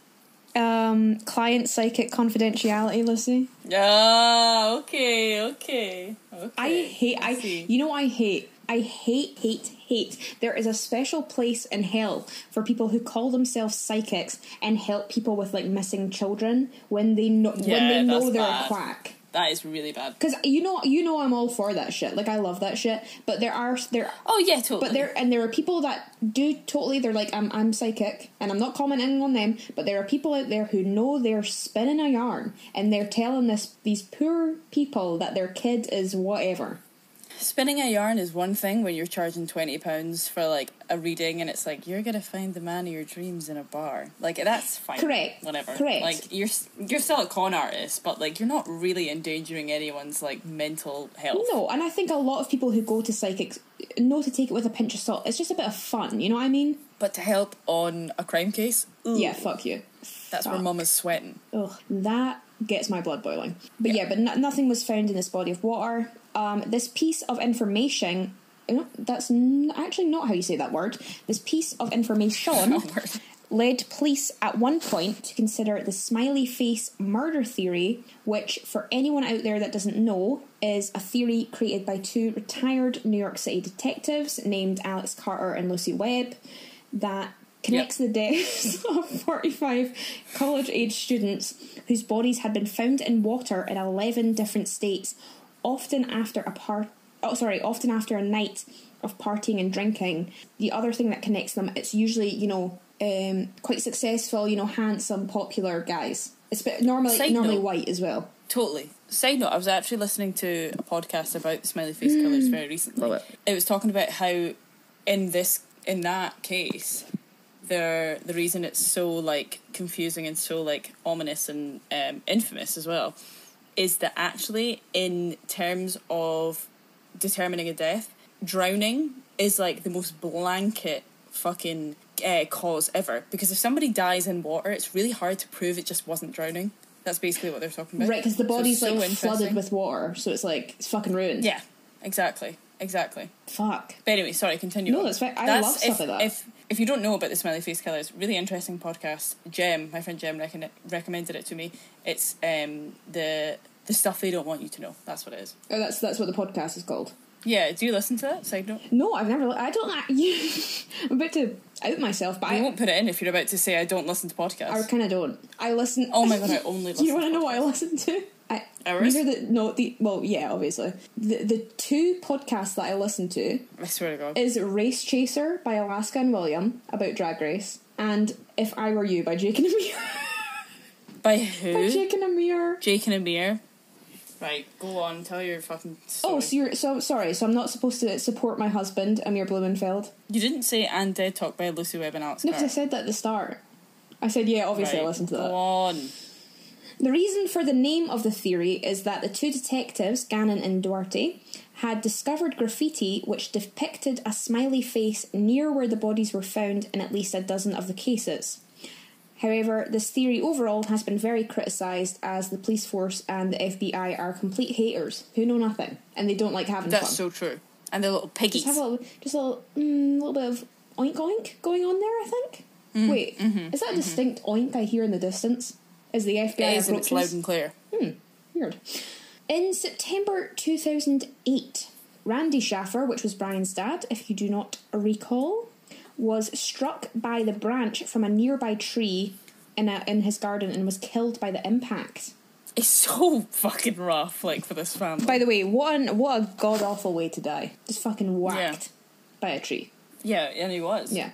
[SPEAKER 1] Um, client psychic confidentiality, Lucy.
[SPEAKER 2] Ah, okay, okay, okay.
[SPEAKER 1] I hate. I
[SPEAKER 2] see.
[SPEAKER 1] you know what I hate. I hate, hate, hate. There is a special place in hell for people who call themselves psychics and help people with like missing children when they know when
[SPEAKER 2] Yeah,
[SPEAKER 1] they know
[SPEAKER 2] that's
[SPEAKER 1] they're a
[SPEAKER 2] bad.
[SPEAKER 1] quack.
[SPEAKER 2] That is really bad.
[SPEAKER 1] Because you know, you know, I'm all for that shit. Like I love that shit. But there are there
[SPEAKER 2] Oh yeah, totally.
[SPEAKER 1] But there and there are people that do totally. They're like, I'm, I'm psychic, and I'm not commenting on them. But there are people out there who know they're spinning a yarn, and they're telling this these poor people that their kid is whatever.
[SPEAKER 2] Spinning a yarn is one thing when you're charging twenty pounds for like a reading, and it's like you're gonna find the man of your dreams in a bar. Like that's fine.
[SPEAKER 1] Correct,
[SPEAKER 2] Whatever.
[SPEAKER 1] correct.
[SPEAKER 2] Like you're s- you're still a con artist, but like you're not really endangering anyone's like mental health.
[SPEAKER 1] No, and I think a lot of people who go to psychics know to take it with a pinch of salt. It's just a bit of fun, you know what I mean?
[SPEAKER 2] But to help on a crime case, ooh,
[SPEAKER 1] Yeah, fuck you.
[SPEAKER 2] that's where
[SPEAKER 1] fuck.
[SPEAKER 2] mum is sweating.
[SPEAKER 1] Ugh, that gets my blood boiling. But yeah, but no- nothing was found in this body of water. Um, this piece of information. no, That's n- actually not how you say that word. This piece of information
[SPEAKER 2] Word.
[SPEAKER 1] led police at one point to consider the smiley face murder theory, which, for anyone out there that doesn't know, is a theory created by two retired New York City detectives named Alex Carter and Lucy Webb that connects the deaths of 45 college age students whose bodies had been found in water in 11 different states, often after a part. Oh, sorry, often after a night of partying and drinking. The other thing that connects them, it's usually, you know, um, quite successful, you know, handsome, popular guys. It's bit, normally
[SPEAKER 2] Side
[SPEAKER 1] normally
[SPEAKER 2] note.
[SPEAKER 1] white as well.
[SPEAKER 2] Totally. Side note, I was actually listening to a podcast about smiley face killers very recently.
[SPEAKER 1] Mm. Love
[SPEAKER 2] it. was talking about how in this in that case there the reason it's so like confusing and so like ominous and um, infamous as well is that actually in terms of determining a death, drowning is like the most blanket fucking uh, cause ever. Because if somebody dies in water, it's really hard to prove it just wasn't drowning. That's basically what they're talking about.
[SPEAKER 1] Right, because the
[SPEAKER 2] So it's
[SPEAKER 1] body's
[SPEAKER 2] so
[SPEAKER 1] like flooded
[SPEAKER 2] interesting.
[SPEAKER 1] with water, so it's like, it's fucking ruined.
[SPEAKER 2] Yeah, exactly, exactly.
[SPEAKER 1] Fuck.
[SPEAKER 2] But anyway, sorry, continue.
[SPEAKER 1] No,
[SPEAKER 2] on.
[SPEAKER 1] that's fine. I love
[SPEAKER 2] if,
[SPEAKER 1] stuff like that.
[SPEAKER 2] If if you don't know about the Smelly Face Killers, really interesting podcast. Jem, my friend Jem, recon- recommended it to me. It's um the the stuff they don't want you to know. That's what it is.
[SPEAKER 1] Oh, that's that's what the podcast is called.
[SPEAKER 2] Yeah, do you listen to that side note?
[SPEAKER 1] No, I've never. li- I don't. like- You, I'm about to out myself, but
[SPEAKER 2] I
[SPEAKER 1] I,
[SPEAKER 2] won't put it in if you're about to say I don't listen to podcasts.
[SPEAKER 1] I kind of don't. I listen.
[SPEAKER 2] Oh my God, I only
[SPEAKER 1] Do you
[SPEAKER 2] listen
[SPEAKER 1] want
[SPEAKER 2] to
[SPEAKER 1] to know what I listen to? I,
[SPEAKER 2] Ours?
[SPEAKER 1] these are the no the well yeah obviously the the two podcasts that I listen to
[SPEAKER 2] I swear to God.
[SPEAKER 1] is Race Chaser by Alaska and William about drag race and If I Were You by Jake and Amir.
[SPEAKER 2] By
[SPEAKER 1] by
[SPEAKER 2] who? Jake.
[SPEAKER 1] Jake and Amir.
[SPEAKER 2] and Amir. Right, go on. Tell your fucking. Story.
[SPEAKER 1] Oh, so you're so sorry. So I'm not supposed to support my husband Amir Blumenfeld.
[SPEAKER 2] you didn't say "And Dead Talk" by Lucy Webb and Alex.
[SPEAKER 1] No, because I
[SPEAKER 2] Carr.
[SPEAKER 1] said that at the start. I said yeah. Obviously,
[SPEAKER 2] Right,
[SPEAKER 1] I listened to that.
[SPEAKER 2] Go on.
[SPEAKER 1] The reason for the name of the theory is that the two detectives, Gannon and Duarte, had discovered graffiti which depicted a smiley face near where the bodies were found in at least a dozen of the cases. However, this theory overall has been very criticised as the police force and the FBI are complete haters who know nothing and they don't like having
[SPEAKER 2] That's
[SPEAKER 1] fun.
[SPEAKER 2] so true. And the little piggies.
[SPEAKER 1] just have a little, just a little, mm, little bit of oink oink going on there. I think.
[SPEAKER 2] Mm,
[SPEAKER 1] Wait,
[SPEAKER 2] mm-hmm,
[SPEAKER 1] is that a distinct oink I hear in the distance? As the FBI
[SPEAKER 2] it is, and it's
[SPEAKER 1] approaches?
[SPEAKER 2] loud and clear.
[SPEAKER 1] Weird. In September 2008, Randy Schaffer, which was Brian's dad, if you do not recall, was struck by the branch from a nearby tree in, a, in his garden and was killed by the impact.
[SPEAKER 2] It's so fucking rough, like for this family.
[SPEAKER 1] By the way, what, an, what a god awful way to die. Just fucking whacked by a tree.
[SPEAKER 2] yeah, and he was.
[SPEAKER 1] Yeah.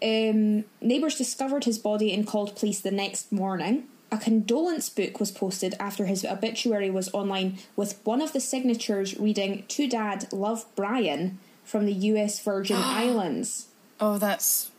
[SPEAKER 1] Um, neighbours discovered his body and called police the next morning. A condolence book was posted after his obituary was online with one of the signatures reading, To Dad, Love Brian from the US Virgin Islands,
[SPEAKER 2] Oh, that's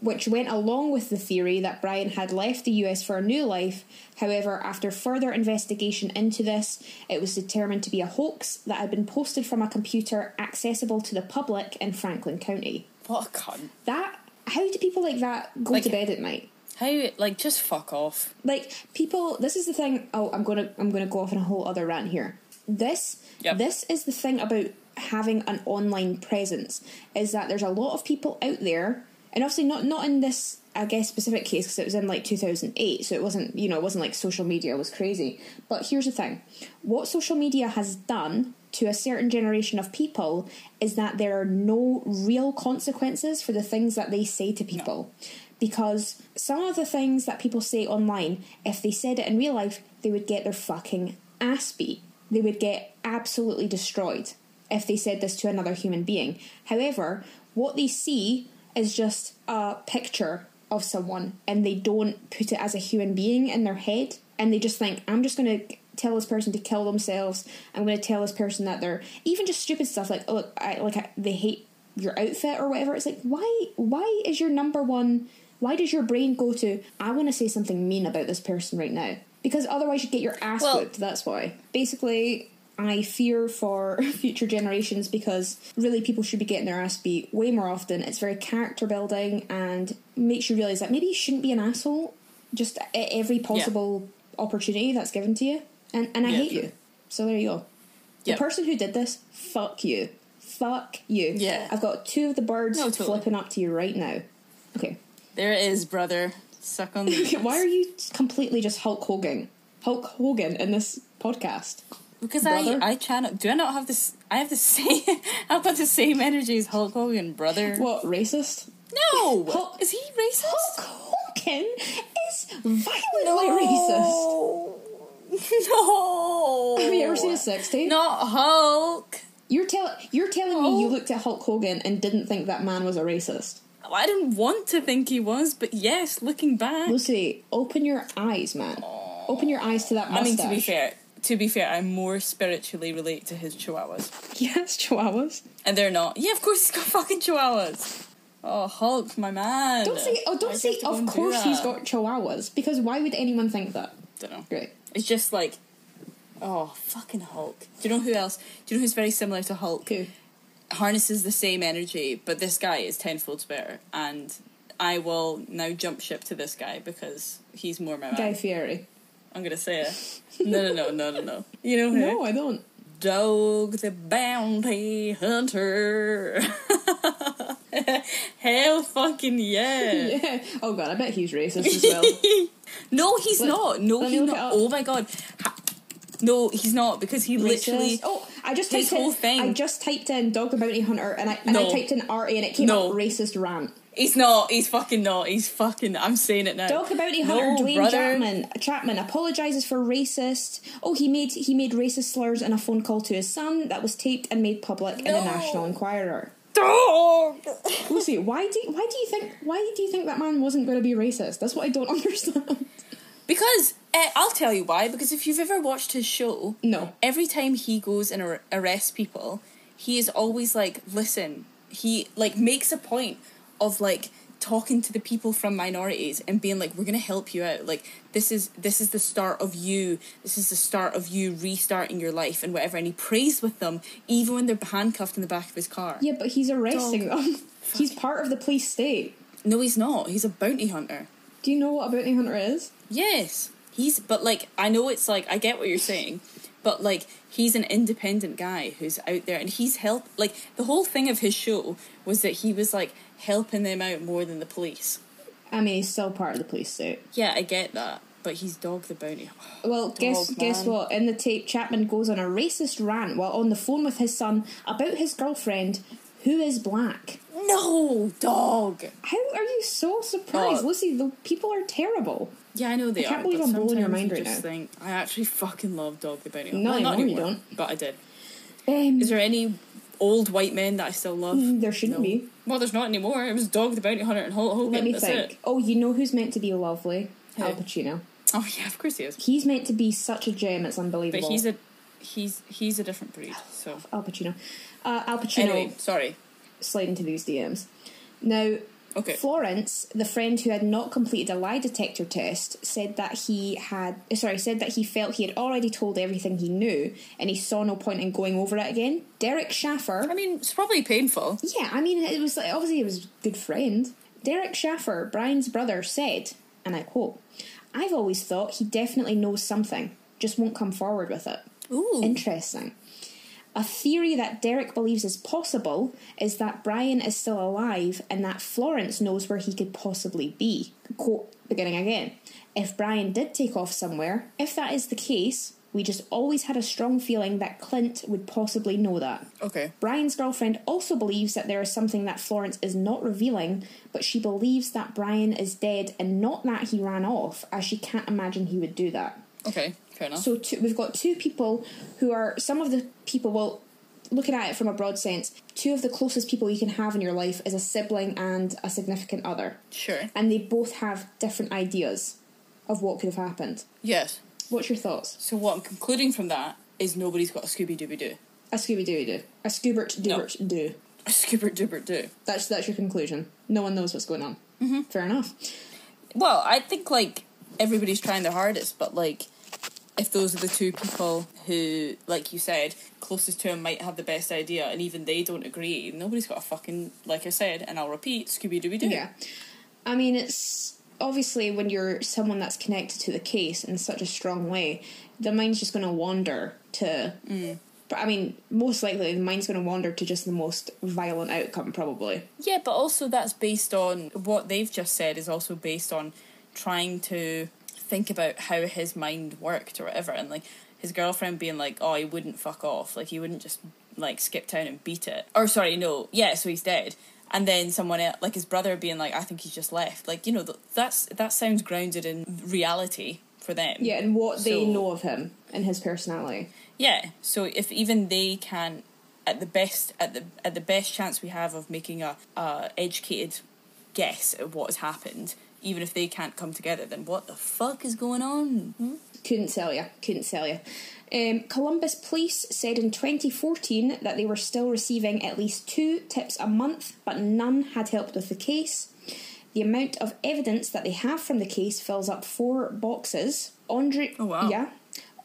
[SPEAKER 1] which went along with the theory that Brian had left the US for a new life. However, after further investigation into this, it was determined to be a hoax that had been posted from a computer accessible to the public in Franklin County
[SPEAKER 2] what a cunt.
[SPEAKER 1] that how do people like that go
[SPEAKER 2] Like-
[SPEAKER 1] to bed at night
[SPEAKER 2] How like just fuck off.
[SPEAKER 1] like people this is the thing oh i'm gonna i'm gonna go off on a whole other rant here this
[SPEAKER 2] Yep.
[SPEAKER 1] this is the thing about having an online presence is that there's a lot of people out there and obviously not not in this i guess specific case because it was in like 2008 so it wasn't you know it wasn't like social media was crazy but here's the thing what social media has done to a certain generation of people is that there are no real consequences for the things that they say to people because some of the things that people say online, if they said it in real life, they would get their fucking ass beat. They would get absolutely destroyed if they said this to another human being. However, what they see is just a picture of someone and they don't put it as a human being in their head and they just think, I'm just going to tell this person to kill themselves. I'm going to tell this person that they're even just stupid stuff like, oh, look, I, like I, they hate your outfit or whatever. It's like why why is your number one why does your brain go to I want to say something mean about this person right now? Because otherwise you'd get your ass
[SPEAKER 2] Well-
[SPEAKER 1] whipped, that's why. Basically, I fear for future generations because really people should be getting their ass beat way more often. It's very character building and makes you realise that maybe you shouldn't be an asshole just at every possible opportunity that's given to you. And and I
[SPEAKER 2] Yeah,
[SPEAKER 1] hate
[SPEAKER 2] true.
[SPEAKER 1] you. So there you go.
[SPEAKER 2] Yep.
[SPEAKER 1] The person who did this, fuck you. Fuck you.
[SPEAKER 2] Yeah.
[SPEAKER 1] I've got two of the birds
[SPEAKER 2] No, totally.
[SPEAKER 1] flipping up to you right now. Okay.
[SPEAKER 2] There it is, brother. Suck on the
[SPEAKER 1] Why are you completely just Hulk Hogan? Hulk Hogan in this podcast.
[SPEAKER 2] Because
[SPEAKER 1] Brother?
[SPEAKER 2] I I channel do I not have this I have the same I've got the same energy as Hulk Hogan, brother.
[SPEAKER 1] What, racist?
[SPEAKER 2] No
[SPEAKER 1] Hulk-
[SPEAKER 2] is he racist?
[SPEAKER 1] Hulk Hogan is violently racist.
[SPEAKER 2] no. racist. No
[SPEAKER 1] Have you ever seen a sex tape?
[SPEAKER 2] Not Hulk.
[SPEAKER 1] You're, tell- you're telling me you
[SPEAKER 2] Hulk-
[SPEAKER 1] looked at Hulk Hogan and didn't think that man was a racist.
[SPEAKER 2] I didn't want to think he was, but yes, looking back.
[SPEAKER 1] Lucy, open your eyes, man. Open your eyes to that
[SPEAKER 2] I
[SPEAKER 1] mustache.
[SPEAKER 2] mean to be fair to be fair, I more spiritually relate to his chihuahuas.
[SPEAKER 1] Yes, chihuahuas.
[SPEAKER 2] And they're not. Yeah, of course he's got fucking chihuahuas. Oh, Hulk, my man.
[SPEAKER 1] Don't say, oh,
[SPEAKER 2] Why'd
[SPEAKER 1] don't
[SPEAKER 2] you
[SPEAKER 1] say,
[SPEAKER 2] have to go
[SPEAKER 1] of
[SPEAKER 2] and do
[SPEAKER 1] course he's
[SPEAKER 2] that?"
[SPEAKER 1] got chihuahuas, because why would anyone think that?
[SPEAKER 2] Don't know.
[SPEAKER 1] Great.
[SPEAKER 2] It's just like, oh, fucking Hulk. Do you know who else? Do you know who's very similar to Hulk?
[SPEAKER 1] Who?
[SPEAKER 2] Harnesses the same energy, but this guy is tenfold better. And I will now jump ship to this guy because he's more my man.
[SPEAKER 1] Guy Fieri.
[SPEAKER 2] I'm gonna say it. No, no, no, no, no, no. You know who?
[SPEAKER 1] No, I don't.
[SPEAKER 2] Dog the bounty hunter. Hell fucking yeah.
[SPEAKER 1] Yeah. Oh god, I bet he's racist as well.
[SPEAKER 2] no, he's not. No,
[SPEAKER 1] let me
[SPEAKER 2] he's
[SPEAKER 1] look it up.
[SPEAKER 2] not. Oh my god. Ha- No, he's not because he literally.
[SPEAKER 1] Racist. Oh, I just
[SPEAKER 2] his
[SPEAKER 1] typed in,
[SPEAKER 2] whole thing.
[SPEAKER 1] I just typed in dog the bounty hunter, and I and I
[SPEAKER 2] No.
[SPEAKER 1] typed in RA, and it came
[SPEAKER 2] No.
[SPEAKER 1] up racist rant.
[SPEAKER 2] He's not. He's fucking not. He's fucking. I'm saying it now.
[SPEAKER 1] Dog the bounty
[SPEAKER 2] No,
[SPEAKER 1] hunter Dwayne
[SPEAKER 2] brother.
[SPEAKER 1] Chapman Chapman apologizes for racist. Oh, he made he made racist slurs in a phone call to his son that was taped and made public in the
[SPEAKER 2] No.
[SPEAKER 1] National Enquirer.
[SPEAKER 2] Dog.
[SPEAKER 1] Lucy, why do why do you think why do you think that man wasn't going to be racist? That's what I don't understand.
[SPEAKER 2] Because uh, I'll tell you why. Because if you've ever watched his show,
[SPEAKER 1] No.
[SPEAKER 2] Every time he goes and ar- arrests people, he is always like, "Listen." He like makes a point of like talking to the people from minorities and being like, "We're gonna help you out. Like this is this is the start of you. This is the start of you restarting your life and whatever." And he prays with them even when they're handcuffed in the back of his car.
[SPEAKER 1] Yeah, but he's arresting them. He's part of the police state.
[SPEAKER 2] No, he's not. He's a bounty hunter.
[SPEAKER 1] Do you know what a bounty hunter is?
[SPEAKER 2] Yes. He's but like I know it's like I get what you're saying, but like he's an independent guy who's out there and he's help like the whole thing of his show was that he was like helping them out more than the police.
[SPEAKER 1] I mean, he's still part of the police state.
[SPEAKER 2] Yeah, I get that, but he's dog the bounty.
[SPEAKER 1] Well, guess
[SPEAKER 2] Dog,
[SPEAKER 1] guess
[SPEAKER 2] man.
[SPEAKER 1] what? In the tape, Chapman goes on a racist rant while on the phone with his son about his girlfriend, who is black.
[SPEAKER 2] No, dog.
[SPEAKER 1] How are you so surprised,
[SPEAKER 2] Oh.
[SPEAKER 1] Lucy? The people are terrible.
[SPEAKER 2] Yeah, I know they
[SPEAKER 1] I can't
[SPEAKER 2] are.
[SPEAKER 1] believe
[SPEAKER 2] but
[SPEAKER 1] I'm blowing your
[SPEAKER 2] sometimes
[SPEAKER 1] mind
[SPEAKER 2] you
[SPEAKER 1] right
[SPEAKER 2] just
[SPEAKER 1] now.
[SPEAKER 2] Think, I actually fucking love dog the bounty.
[SPEAKER 1] No,
[SPEAKER 2] well, not
[SPEAKER 1] anymore you
[SPEAKER 2] anymore,
[SPEAKER 1] don't.
[SPEAKER 2] But I did.
[SPEAKER 1] Um,
[SPEAKER 2] Is there any old white men that I still love?
[SPEAKER 1] Mm, there shouldn't be.
[SPEAKER 2] Well, there's not anymore. It was Dog the Bounty Hunter and Hulk Hogan.
[SPEAKER 1] let me
[SPEAKER 2] That's
[SPEAKER 1] think.
[SPEAKER 2] it.
[SPEAKER 1] Oh, you know who's meant to be lovely? Al
[SPEAKER 2] Who?
[SPEAKER 1] Pacino.
[SPEAKER 2] Oh yeah, of course he is.
[SPEAKER 1] He's meant to be such a gem. It's
[SPEAKER 2] But
[SPEAKER 1] unbelievable.
[SPEAKER 2] he's a he's he's a different breed. So
[SPEAKER 1] Al Pacino. Uh, Al Pacino
[SPEAKER 2] anyway, sorry.
[SPEAKER 1] slide into these DMs. Now,
[SPEAKER 2] Okay.
[SPEAKER 1] Florence, the friend who had not completed a lie detector test, said that he had sorry, said that he felt he had already told everything he knew and he saw no point in going over it again. Derek Schaffer
[SPEAKER 2] I mean, it's probably painful.
[SPEAKER 1] Yeah, I mean it was like obviously it was a good friend. Derek Schaffer, Brian's brother, said, and I quote, I've always thought he definitely knows something, just won't come forward with it.
[SPEAKER 2] Ooh.
[SPEAKER 1] Interesting. A theory that Derek believes is possible is that Brian is still alive and that Florence knows where he could possibly be. Quote, beginning again. If Brian did take off somewhere, if that is the case, we just always had a strong feeling that Clint would possibly know that.
[SPEAKER 2] Okay.
[SPEAKER 1] Brian's girlfriend also believes that there is something that Florence is not revealing, but she believes that Brian is dead and not that he ran off, as she can't imagine he would do that.
[SPEAKER 2] Okay. Fair enough.
[SPEAKER 1] So two, we've got two people who are some of the people. Well, looking at it from a broad sense, two of the closest people you can have in your life is a sibling and a significant other,
[SPEAKER 2] sure.
[SPEAKER 1] and they both have different ideas of what could have happened.
[SPEAKER 2] Yes.
[SPEAKER 1] What's your thoughts?
[SPEAKER 2] So what I'm concluding from that is nobody's got a Scooby Dooby Doo.
[SPEAKER 1] A Scooby Doo do, a Scoobert Doobert do.
[SPEAKER 2] A Scoober Doober Doo.
[SPEAKER 1] That's that's your conclusion. No one knows what's going on. Mm-hmm. Fair enough.
[SPEAKER 2] Well, I think like everybody's trying their hardest, but like if those are the two people who, like you said, closest to him might have the best idea, and even they don't agree, nobody's got a fucking like I said, and I'll repeat, Scooby Dooby Doo.
[SPEAKER 1] Yeah. I mean, it's obviously when you're someone that's connected to the case in such a strong way, the mind's just going to wander to. But I mean, most likely the mind's going to wander to just the most violent outcome, probably.
[SPEAKER 2] Yeah, but also that's based on what they've just said is also based on trying to think about how his mind worked or whatever, and like his girlfriend being like, "Oh, he wouldn't fuck off. Like he wouldn't just like skip town and beat it." Or sorry, no, yeah, so he's dead. And then someone else, like his brother, being like, "I think he's just left." Like you know, th- that's that sounds grounded in reality for them.
[SPEAKER 1] Yeah, and what they
[SPEAKER 2] So-
[SPEAKER 1] know of him and his personality.
[SPEAKER 2] Yeah. So if even they can, at the best, at the at the best chance we have of making a uh, educated guess at what has happened, even if they can't come together, then what the fuck is going on? Hmm?
[SPEAKER 1] Couldn't sell you. Couldn't sell you. Um, Columbus Police said in 2014 that they were still receiving at least two tips a month, but none had helped with the case. The amount of evidence that they have from the case fills up four boxes. Andre,
[SPEAKER 2] Oh, wow.
[SPEAKER 1] yeah,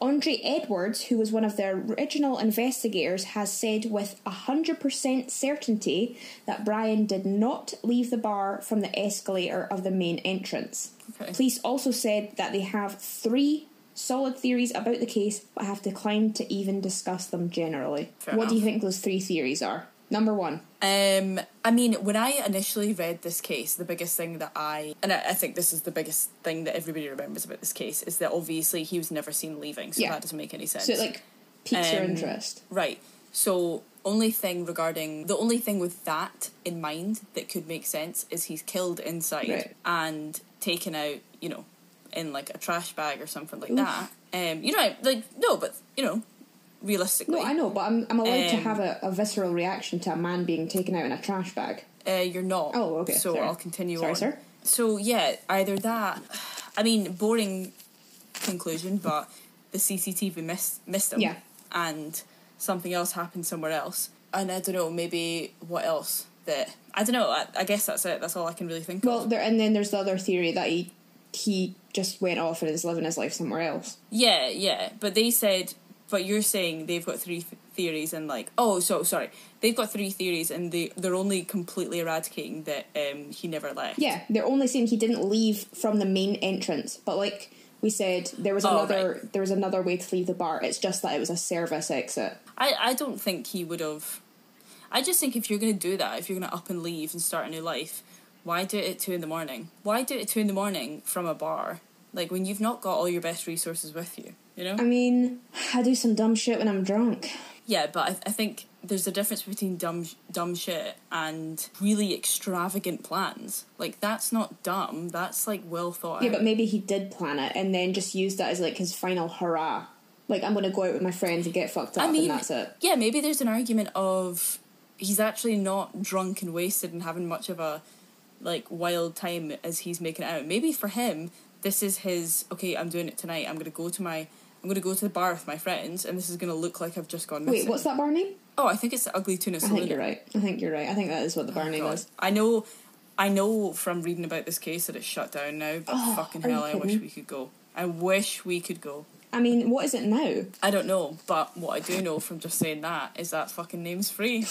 [SPEAKER 1] Andre Edwards, who was one of the original investigators, has said with 100% certainty that Brian did not leave the bar from the escalator of the main entrance.
[SPEAKER 2] Okay.
[SPEAKER 1] Police also said that they have three solid theories about the case but have declined to even discuss them generally.
[SPEAKER 2] Fair
[SPEAKER 1] what do you
[SPEAKER 2] enough.
[SPEAKER 1] think those three theories are? Number one.
[SPEAKER 2] Um, I mean, when I initially read this case, the biggest thing that I and I, I think this is the biggest thing that everybody remembers about this case is that obviously he was never seen leaving, so
[SPEAKER 1] Yeah.
[SPEAKER 2] that doesn't make any sense.
[SPEAKER 1] So it like piques your
[SPEAKER 2] Um,
[SPEAKER 1] interest.
[SPEAKER 2] Right. So only thing regarding the only thing with that in mind that could make sense is he's killed inside
[SPEAKER 1] Right.
[SPEAKER 2] and taken out, you know, in like a trash bag or something like that. Um, you know, like no, but you know, realistically,
[SPEAKER 1] No, I know, but I'm, I'm allowed to
[SPEAKER 2] Um,
[SPEAKER 1] have a, a visceral reaction to a man being taken out in a trash bag.
[SPEAKER 2] Uh, you're not.
[SPEAKER 1] Oh, okay,
[SPEAKER 2] So
[SPEAKER 1] sorry.
[SPEAKER 2] I'll continue
[SPEAKER 1] Sorry,
[SPEAKER 2] on.
[SPEAKER 1] sir.
[SPEAKER 2] So yeah, either that. I mean, boring conclusion, but the CCTV missed missed him.
[SPEAKER 1] Yeah.
[SPEAKER 2] And something else happened somewhere else, and I don't know. Maybe what else that I don't know. I, I guess that's it. That's all I can really think
[SPEAKER 1] Well,
[SPEAKER 2] of.
[SPEAKER 1] there and then there's the other theory that he he just went off and is living his life somewhere else.
[SPEAKER 2] Yeah, yeah. But they said, but you're saying they've got three th- theories and like, oh, so sorry, they've got three theories and they they're only completely eradicating that um he never left.
[SPEAKER 1] Yeah, they're only saying he didn't leave from the main entrance, but like we said, there was
[SPEAKER 2] Oh,
[SPEAKER 1] another there was another way to leave the bar. It's just that it was a service exit.
[SPEAKER 2] I, I don't think he would have. I just think if you're going to do that, if you're going to up and leave and start a new life, why do it at two in the morning? Why do it at two in the morning from a bar? Like when you've not got all your best resources with you, you know?
[SPEAKER 1] I mean, I do some dumb shit when I'm drunk.
[SPEAKER 2] yeah, but I, I think there's a difference between dumb sh- dumb shit and really extravagant plans. Like that's not dumb. That's like well thought
[SPEAKER 1] Yeah,
[SPEAKER 2] out.
[SPEAKER 1] but maybe he did plan it and then just used that as like his final hurrah. Like I'm gonna go out with my friends and get fucked up,
[SPEAKER 2] I mean,
[SPEAKER 1] and that's it.
[SPEAKER 2] Yeah, maybe there's an argument of he's actually not drunk and wasted and having much of a like wild time as he's making it out. Maybe for him, this is his okay. I'm doing it tonight. I'm gonna go to my. I'm gonna go to the bar with my friends, and this is gonna look like I've just gone missing.
[SPEAKER 1] Wait, what's that bar name?
[SPEAKER 2] Oh, I think it's the Ugly Tuna
[SPEAKER 1] I
[SPEAKER 2] Saloon.
[SPEAKER 1] think you're right. I think you're right. I think that is what the bar name
[SPEAKER 2] Oh, God.
[SPEAKER 1] is.
[SPEAKER 2] I know, I know from reading about this case that it's shut down now. But
[SPEAKER 1] Oh,
[SPEAKER 2] fucking
[SPEAKER 1] are you
[SPEAKER 2] hell, I wish
[SPEAKER 1] kidding?
[SPEAKER 2] we could go. I wish we could go.
[SPEAKER 1] I mean, what is it now?
[SPEAKER 2] I don't know, but what I do know from just saying that is that fucking name's free.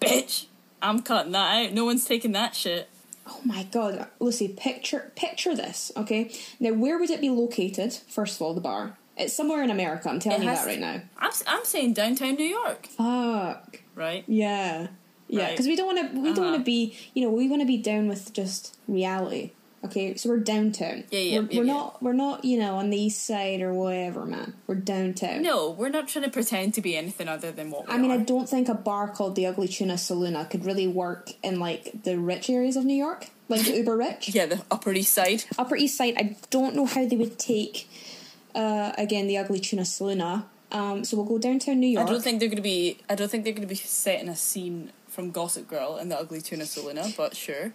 [SPEAKER 2] Bitch! I'm cutting that out. No one's taking that shit.
[SPEAKER 1] Oh my god, Lucy, picture picture this, okay? Now, where would it be located? First of all, the bar. It's somewhere in America. I'm telling
[SPEAKER 2] It
[SPEAKER 1] you
[SPEAKER 2] has
[SPEAKER 1] that right now.
[SPEAKER 2] I'm, s- I'm saying downtown New York,
[SPEAKER 1] Fuck.
[SPEAKER 2] right?
[SPEAKER 1] Yeah. Yeah,
[SPEAKER 2] Right.
[SPEAKER 1] because we don't want to. We don't
[SPEAKER 2] Uh-huh.
[SPEAKER 1] want to be. You know, we want to be down with just reality. Okay, so we're downtown.
[SPEAKER 2] Yeah, yeah,
[SPEAKER 1] We're,
[SPEAKER 2] yeah,
[SPEAKER 1] we're
[SPEAKER 2] yeah.
[SPEAKER 1] not. We're not. You know, on the east side or whatever, man. We're downtown.
[SPEAKER 2] No, we're not trying to pretend to be anything other than what we
[SPEAKER 1] I mean,
[SPEAKER 2] are.
[SPEAKER 1] I don't think a bar called the Ugly Tuna Saluna could really work in like the rich areas of New York, like the uber rich.
[SPEAKER 2] yeah, the Upper East Side.
[SPEAKER 1] Upper East Side, I don't know how they would take, uh, again, the Ugly Tuna Saluna. Um, so we'll go downtown New
[SPEAKER 2] I
[SPEAKER 1] York.
[SPEAKER 2] don't think they're gonna be. I don't think they're gonna be setting a scene from Gossip Girl and the Ugly Tuna Salina, but sure.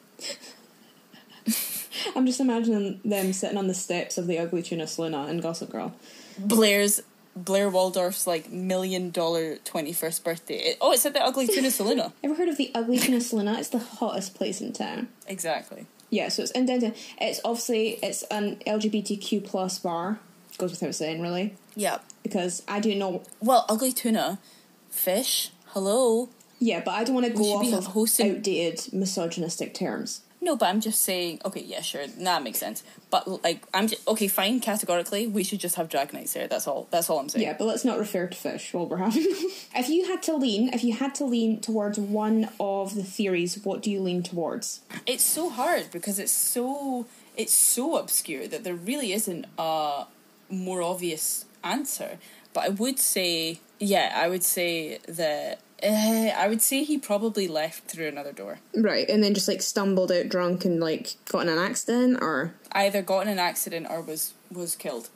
[SPEAKER 1] I'm just imagining them sitting on the steps of the Ugly Tuna Saluna in Gossip Girl.
[SPEAKER 2] Blair's Blair Waldorf's like million dollar twenty first birthday. It- oh, it's at the Ugly Tuna Salina.
[SPEAKER 1] Ever heard of the Ugly Tuna Saluna? It's the hottest place in town.
[SPEAKER 2] Exactly.
[SPEAKER 1] Yeah, so it's in downtown. It's obviously it's an LGBTQ plus bar. Goes without saying, really,
[SPEAKER 2] Yeah.
[SPEAKER 1] because I do know.
[SPEAKER 2] Well, ugly tuna, fish. Hello.
[SPEAKER 1] Yeah, but I don't want to go
[SPEAKER 2] should
[SPEAKER 1] off
[SPEAKER 2] be
[SPEAKER 1] of
[SPEAKER 2] hosting-
[SPEAKER 1] outdated misogynistic terms.
[SPEAKER 2] No, but I'm just saying. Okay, yeah, sure, that makes sense. But like, I'm just okay. Fine, categorically, we should just have drag nights here. That's all. That's all I'm saying.
[SPEAKER 1] Yeah, but let's not refer to fish while we're having them. if you had to lean, if you had to lean towards one of the theories, what do you lean towards?
[SPEAKER 2] It's so hard because it's so it's so obscure that there really isn't a more obvious answer. But I would say, yeah, I would say that. Uh, I would say he probably left through another door.
[SPEAKER 1] Right, and then just like stumbled out drunk and like got in an accident or
[SPEAKER 2] Either got in an accident or was was killed.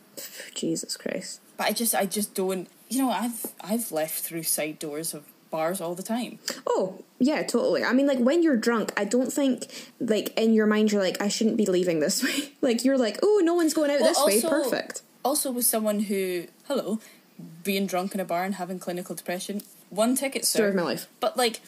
[SPEAKER 1] Jesus Christ.
[SPEAKER 2] But I just I just don't you know, I've I've left through side doors of bars all the time.
[SPEAKER 1] Oh, yeah, totally. I mean like when you're drunk, I don't think like in your mind you're like I shouldn't be leaving this way. like you're like, "Oh, no one's going out
[SPEAKER 2] But
[SPEAKER 1] this way. Perfect."
[SPEAKER 2] Also with someone who hello, being drunk in a bar and having clinical depression, one ticket sir.
[SPEAKER 1] Story of my life.
[SPEAKER 2] But like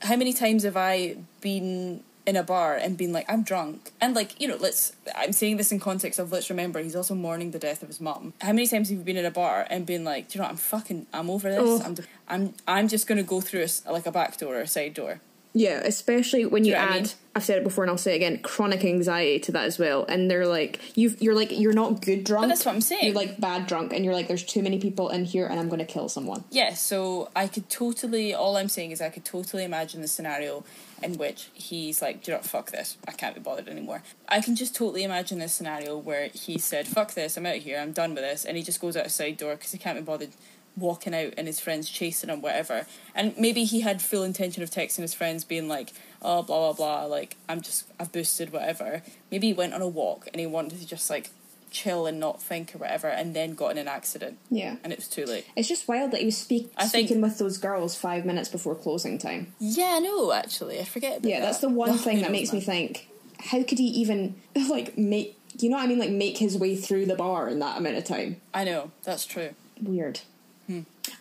[SPEAKER 2] how many times have I been in a bar and been like, I'm drunk and like, you know, let's I'm saying this in context of let's remember he's also mourning the death of his mum. How many times have you been in a bar and been like, Do you know what, I'm fucking I'm over this.
[SPEAKER 1] Oh.
[SPEAKER 2] I'm I'm I'm just gonna go through a s like a back door or a side door.
[SPEAKER 1] Yeah, especially when you
[SPEAKER 2] know what
[SPEAKER 1] add,
[SPEAKER 2] I
[SPEAKER 1] I
[SPEAKER 2] mean?
[SPEAKER 1] have said it before and I'll say it again, chronic anxiety to that as well. And they're like, you've, you're like, you're not good drunk.
[SPEAKER 2] that's what I'm saying.
[SPEAKER 1] You're like bad drunk, and you're like, there's too many people in here, and I'm going to kill someone.
[SPEAKER 2] Yeah, so I could totally. All I'm saying is I could totally imagine the scenario in which he's like, "Do you know what, fuck this. I can't be bothered anymore." I can just totally imagine this scenario where he said, "Fuck this. I'm out of here. I'm done with this," and he just goes out a side door because he can't be bothered walking out and his friends chasing him, whatever. And maybe he had full intention of texting his friends, being like, "Oh, blah blah blah. Like I'm just I've boosted whatever." Maybe he went on a walk and he wanted to just like chill and not think or whatever, and then got in an accident.
[SPEAKER 1] Yeah.
[SPEAKER 2] And it was too late.
[SPEAKER 1] It's just wild that he was speak,
[SPEAKER 2] I think-
[SPEAKER 1] speaking with those girls five minutes before closing time.
[SPEAKER 2] Yeah, no, actually, I forget. About
[SPEAKER 1] Yeah, that's the one
[SPEAKER 2] Oh,
[SPEAKER 1] thing
[SPEAKER 2] who
[SPEAKER 1] that
[SPEAKER 2] knows,
[SPEAKER 1] makes me
[SPEAKER 2] man.
[SPEAKER 1] think, how could he even, like, make, you know what I mean? Like, make his way through the bar in that amount of time.
[SPEAKER 2] I know that's true.
[SPEAKER 1] weird.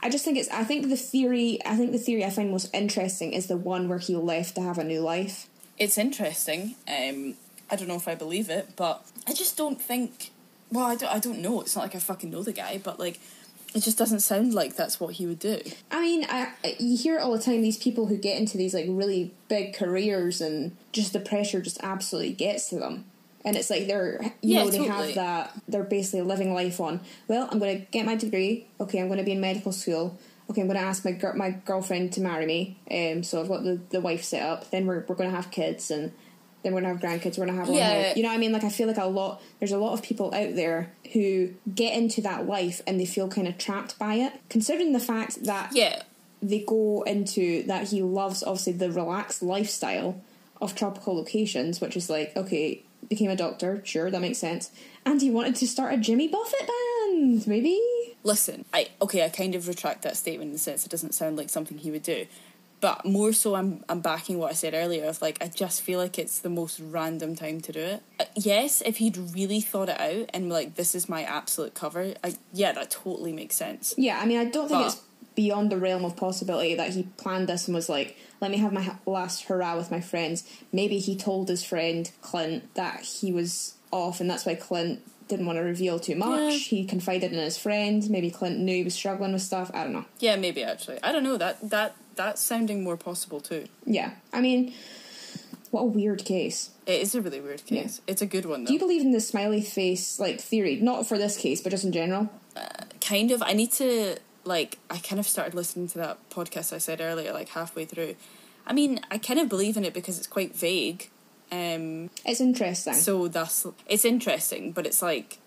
[SPEAKER 1] I just think it's. I think the theory. I think the theory I find most interesting is the one where he left to have a new life.
[SPEAKER 2] It's interesting. Um, I don't know if I believe it, but I just don't think. Well, I don't. I don't know. It's not like I fucking know the guy, but like, it just doesn't sound like that's what he would do.
[SPEAKER 1] I mean, I, you hear it all the time. These people who get into these like really big careers and just the pressure just absolutely gets to them. And it's like they're, you
[SPEAKER 2] Yeah,
[SPEAKER 1] know, they
[SPEAKER 2] totally.
[SPEAKER 1] have that. They're basically living life on. Well, I'm going to get my degree. Okay, I'm going to be in medical school. Okay, I'm going to ask my gir- my girlfriend to marry me. Um, so I've got the, the wife set up. Then we're we're going to have kids, and then we're going to have grandkids. We're going to have our own
[SPEAKER 2] Yeah.
[SPEAKER 1] house. You know what I mean? Like I feel like a lot. There's a lot of people out there who get into that life and they feel kind of trapped by it. Considering the fact that
[SPEAKER 2] Yeah,
[SPEAKER 1] they go into that he loves obviously the relaxed lifestyle of tropical locations, which is like, okay, became a doctor, sure, that makes sense. And he wanted to start a Jimmy Buffett band, maybe?
[SPEAKER 2] listen, I okay, I kind of retract that statement in the sense it doesn't sound like something he would do. But more so, I'm I'm backing what I said earlier of like I just feel like it's the most random time to do it. Uh, yes, if he'd really thought it out and like this is my absolute cover, I, yeah, that totally makes sense.
[SPEAKER 1] Yeah, I mean, I don't think
[SPEAKER 2] But-
[SPEAKER 1] it's beyond the realm of possibility that he planned this and was like, let me have my ha- last hurrah with my friends. Maybe he told his friend Clint that he was off, and that's why Clint didn't want to reveal too much. He confided in his friend. Maybe Clint knew he was struggling with stuff. I don't know.
[SPEAKER 2] Yeah, maybe actually, I don't know that that that's sounding more possible too.
[SPEAKER 1] Yeah, I mean, what a weird case.
[SPEAKER 2] It is a really weird case. It's a good one though.
[SPEAKER 1] Do you believe in the smiley face like theory? Not for this case, but just in general.
[SPEAKER 2] kind of i need to like i kind of started listening to that podcast i said earlier like halfway through i mean i kind of believe in it because it's quite vague um
[SPEAKER 1] It's interesting.
[SPEAKER 2] so that's it's interesting but it's like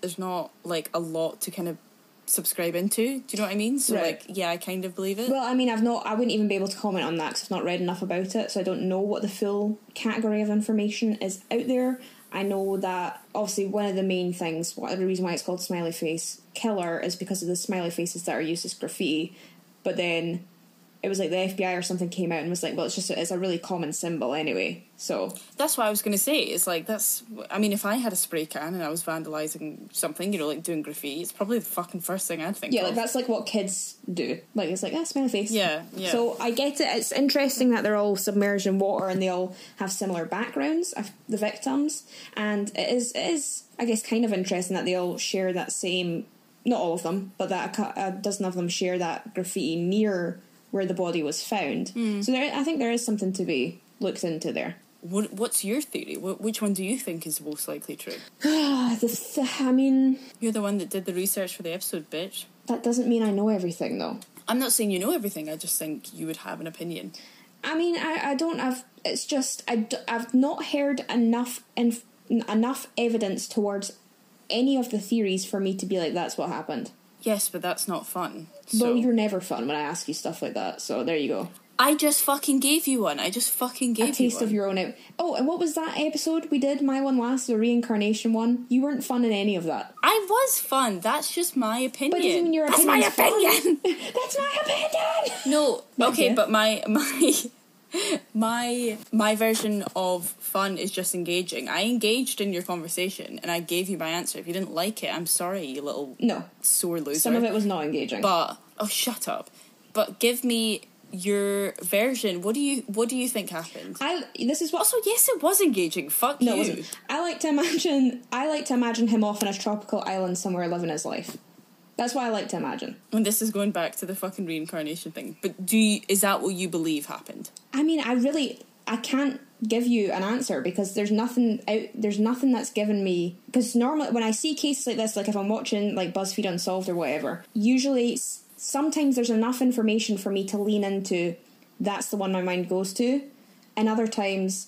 [SPEAKER 2] there's not like a lot to kind of subscribe into do you know what i mean so
[SPEAKER 1] Right.
[SPEAKER 2] like yeah i kind of believe it
[SPEAKER 1] well, I mean, I've not. I wouldn't even be able to comment on that because I've not read enough about it, so I don't know what the full category of information is out there. I know that obviously one of the main things, what the reason why it's called smiley face killer, is because of the smiley faces that are used as graffiti. But then it was like the FBI or something came out and was like, "Well, it's just it's a really common symbol anyway." So
[SPEAKER 2] that's what I was gonna say. It's like that's. I mean, if I had a spray can and I was vandalizing something, you know, like doing graffiti, it's probably the fucking first thing I'd think.
[SPEAKER 1] Yeah,
[SPEAKER 2] of.
[SPEAKER 1] like that's like what kids do. Like it's like ah, smiley face.
[SPEAKER 2] Yeah, yeah.
[SPEAKER 1] So I get it. It's interesting that they're all submerged in water and they all have similar backgrounds. of The victims, and it is it is I guess kind of interesting that they all share that same. Not all of them, but that a, cou- a dozen of them share that graffiti near where the body was found.
[SPEAKER 2] Hmm.
[SPEAKER 1] So there, I think there is something to be looked into there.
[SPEAKER 2] What, what's your theory? Wh- which one do you think is most likely true?
[SPEAKER 1] Ah, the th- I mean,
[SPEAKER 2] You're the one that did the research for the episode, bitch.
[SPEAKER 1] that doesn't mean I know everything though.
[SPEAKER 2] I'm not saying you know everything, I just think you would have an opinion.
[SPEAKER 1] I mean, I, I don't have. It's just I d- I've not heard enough inf- n- enough evidence towards any of the theories for me to be like that's what happened.
[SPEAKER 2] Yes, but that's not fun.
[SPEAKER 1] So
[SPEAKER 2] So
[SPEAKER 1] you're never fun when I ask you stuff like that. So there you go.
[SPEAKER 2] I just fucking gave you one. I just fucking gave
[SPEAKER 1] A taste
[SPEAKER 2] you
[SPEAKER 1] of
[SPEAKER 2] one.
[SPEAKER 1] your own. Ep- oh, and what was that episode we did? My one last, the reincarnation one. You weren't fun in any of that.
[SPEAKER 2] I was fun. That's just my opinion.
[SPEAKER 1] But doesn't mean your
[SPEAKER 2] that's my
[SPEAKER 1] opinion's fun.
[SPEAKER 2] opinion.
[SPEAKER 1] that's my opinion.
[SPEAKER 2] No,
[SPEAKER 1] Not
[SPEAKER 2] okay,
[SPEAKER 1] yet.
[SPEAKER 2] but my my my my version of fun is just engaging. I engaged in your conversation and I gave you my answer. If you didn't like it, I'm sorry, you little
[SPEAKER 1] No,
[SPEAKER 2] sore loser.
[SPEAKER 1] some of it was not engaging.
[SPEAKER 2] But oh, shut up. But give me your version. What do you what do you think happened?
[SPEAKER 1] I this is what
[SPEAKER 2] Also, yes, it was engaging. Fuck
[SPEAKER 1] no, it
[SPEAKER 2] you.
[SPEAKER 1] wasn't. I like to imagine I like to imagine him off on a tropical island somewhere living his life. That's what I like to imagine.
[SPEAKER 2] And this is going back to the fucking reincarnation thing. But do you, is that what you believe happened?
[SPEAKER 1] I mean, I really I can't give you an answer because there's nothing out there's nothing that's given me because normally when I see cases like this, like if I'm watching like BuzzFeed Unsolved or whatever, usually s- sometimes there's enough information for me to lean into. That's the one my mind goes to, and other times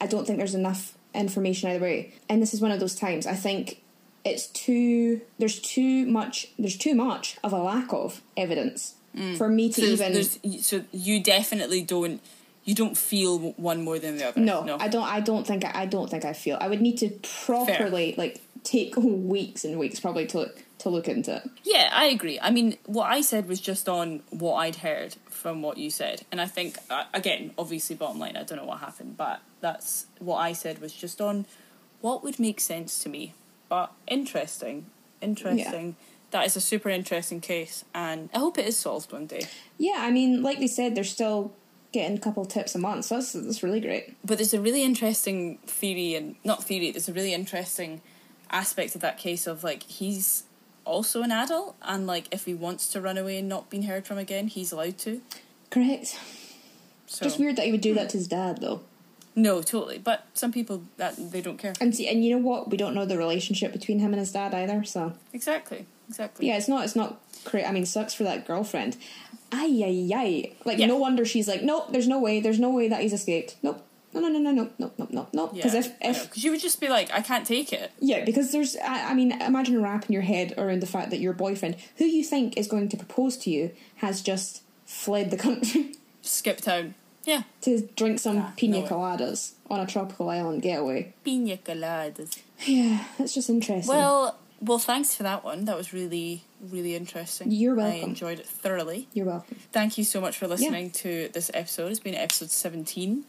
[SPEAKER 1] I don't think there's enough information either way. And this is one of those times. I think it's too there's too much there's too much of a lack of evidence for me to
[SPEAKER 2] Mm. So,
[SPEAKER 1] even
[SPEAKER 2] there's, so you definitely don't you don't feel one more than the other.
[SPEAKER 1] No,
[SPEAKER 2] no.
[SPEAKER 1] I don't. I don't think. I, I don't think I feel. I would need to properly like take weeks and weeks probably to look to look into it.
[SPEAKER 2] Yeah, I agree. I mean, what I said was just on what I'd heard from what you said. And I think, uh, again, obviously, bottom line, I don't know what happened, but that's what I said was just on what would make sense to me. But interesting. Interesting. That is a super interesting case. And I hope it is solved one day.
[SPEAKER 1] Yeah, I mean, like they said, they're still getting a couple tips a month, so that's that's really great.
[SPEAKER 2] But there's a really interesting theory, and not theory, there's a really interesting aspect of that case of like he's also an adult, and like if he wants to run away and not being heard from again, he's allowed to.
[SPEAKER 1] Correct.
[SPEAKER 2] So.
[SPEAKER 1] Just weird that he would do that to his dad though.
[SPEAKER 2] No, totally. But some people that they don't care.
[SPEAKER 1] And see, and you know what? We don't know the relationship between him and his dad either. So
[SPEAKER 2] Exactly. Exactly.
[SPEAKER 1] yeah, it's not. It's not great. I mean, sucks for that girlfriend. Ay ay ay. Like
[SPEAKER 2] Yeah.
[SPEAKER 1] no wonder she's like, nope. There's no way. There's no way that he's escaped. Nope. No no no no no no no no no. Because if if
[SPEAKER 2] because you would just be like, I can't take it.
[SPEAKER 1] Yeah, because there's, I, I mean, imagine a wrap in your head around the fact that your boyfriend, who you think is going to propose to you, has just fled the country
[SPEAKER 2] Skip town. Yeah.
[SPEAKER 1] to drink some
[SPEAKER 2] Ah,
[SPEAKER 1] pina
[SPEAKER 2] no way.
[SPEAKER 1] coladas on a tropical island getaway.
[SPEAKER 2] Pina coladas.
[SPEAKER 1] Yeah, that's just interesting.
[SPEAKER 2] Well, well, thanks for that one. That was really, really interesting.
[SPEAKER 1] You're
[SPEAKER 2] I
[SPEAKER 1] welcome.
[SPEAKER 2] enjoyed it thoroughly.
[SPEAKER 1] you're welcome.
[SPEAKER 2] Thank you so much for listening to this episode. It's been episode 17.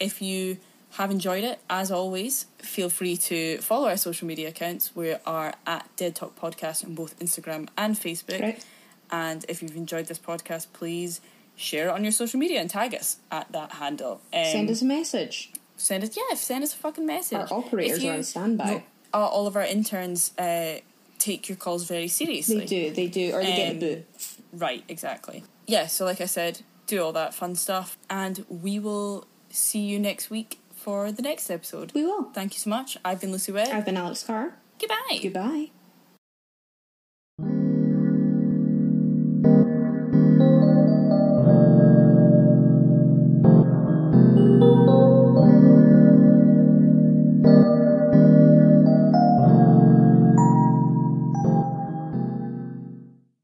[SPEAKER 2] If you have enjoyed it, as always, feel free to follow our social media accounts. We are at Dead Talk Podcast on both Instagram and Facebook.
[SPEAKER 1] Right.
[SPEAKER 2] And if you've enjoyed this podcast, please share it on your social media and tag us at that handle. Um,
[SPEAKER 1] Send us a message.
[SPEAKER 2] Send us, yeah, send us a fucking message.
[SPEAKER 1] Our operators
[SPEAKER 2] If
[SPEAKER 1] are on standby.
[SPEAKER 2] No, uh, all of our interns uh, take your calls very seriously.
[SPEAKER 1] They do, they do, or they get a
[SPEAKER 2] Um,
[SPEAKER 1] boot.
[SPEAKER 2] Right, exactly. Yeah, so like I said, do all that fun stuff, and we will see you next week for the next episode.
[SPEAKER 1] We will.
[SPEAKER 2] Thank you so much. I've been Lucy Webb.
[SPEAKER 1] I've been Alex Carr.
[SPEAKER 2] Goodbye.
[SPEAKER 1] Goodbye.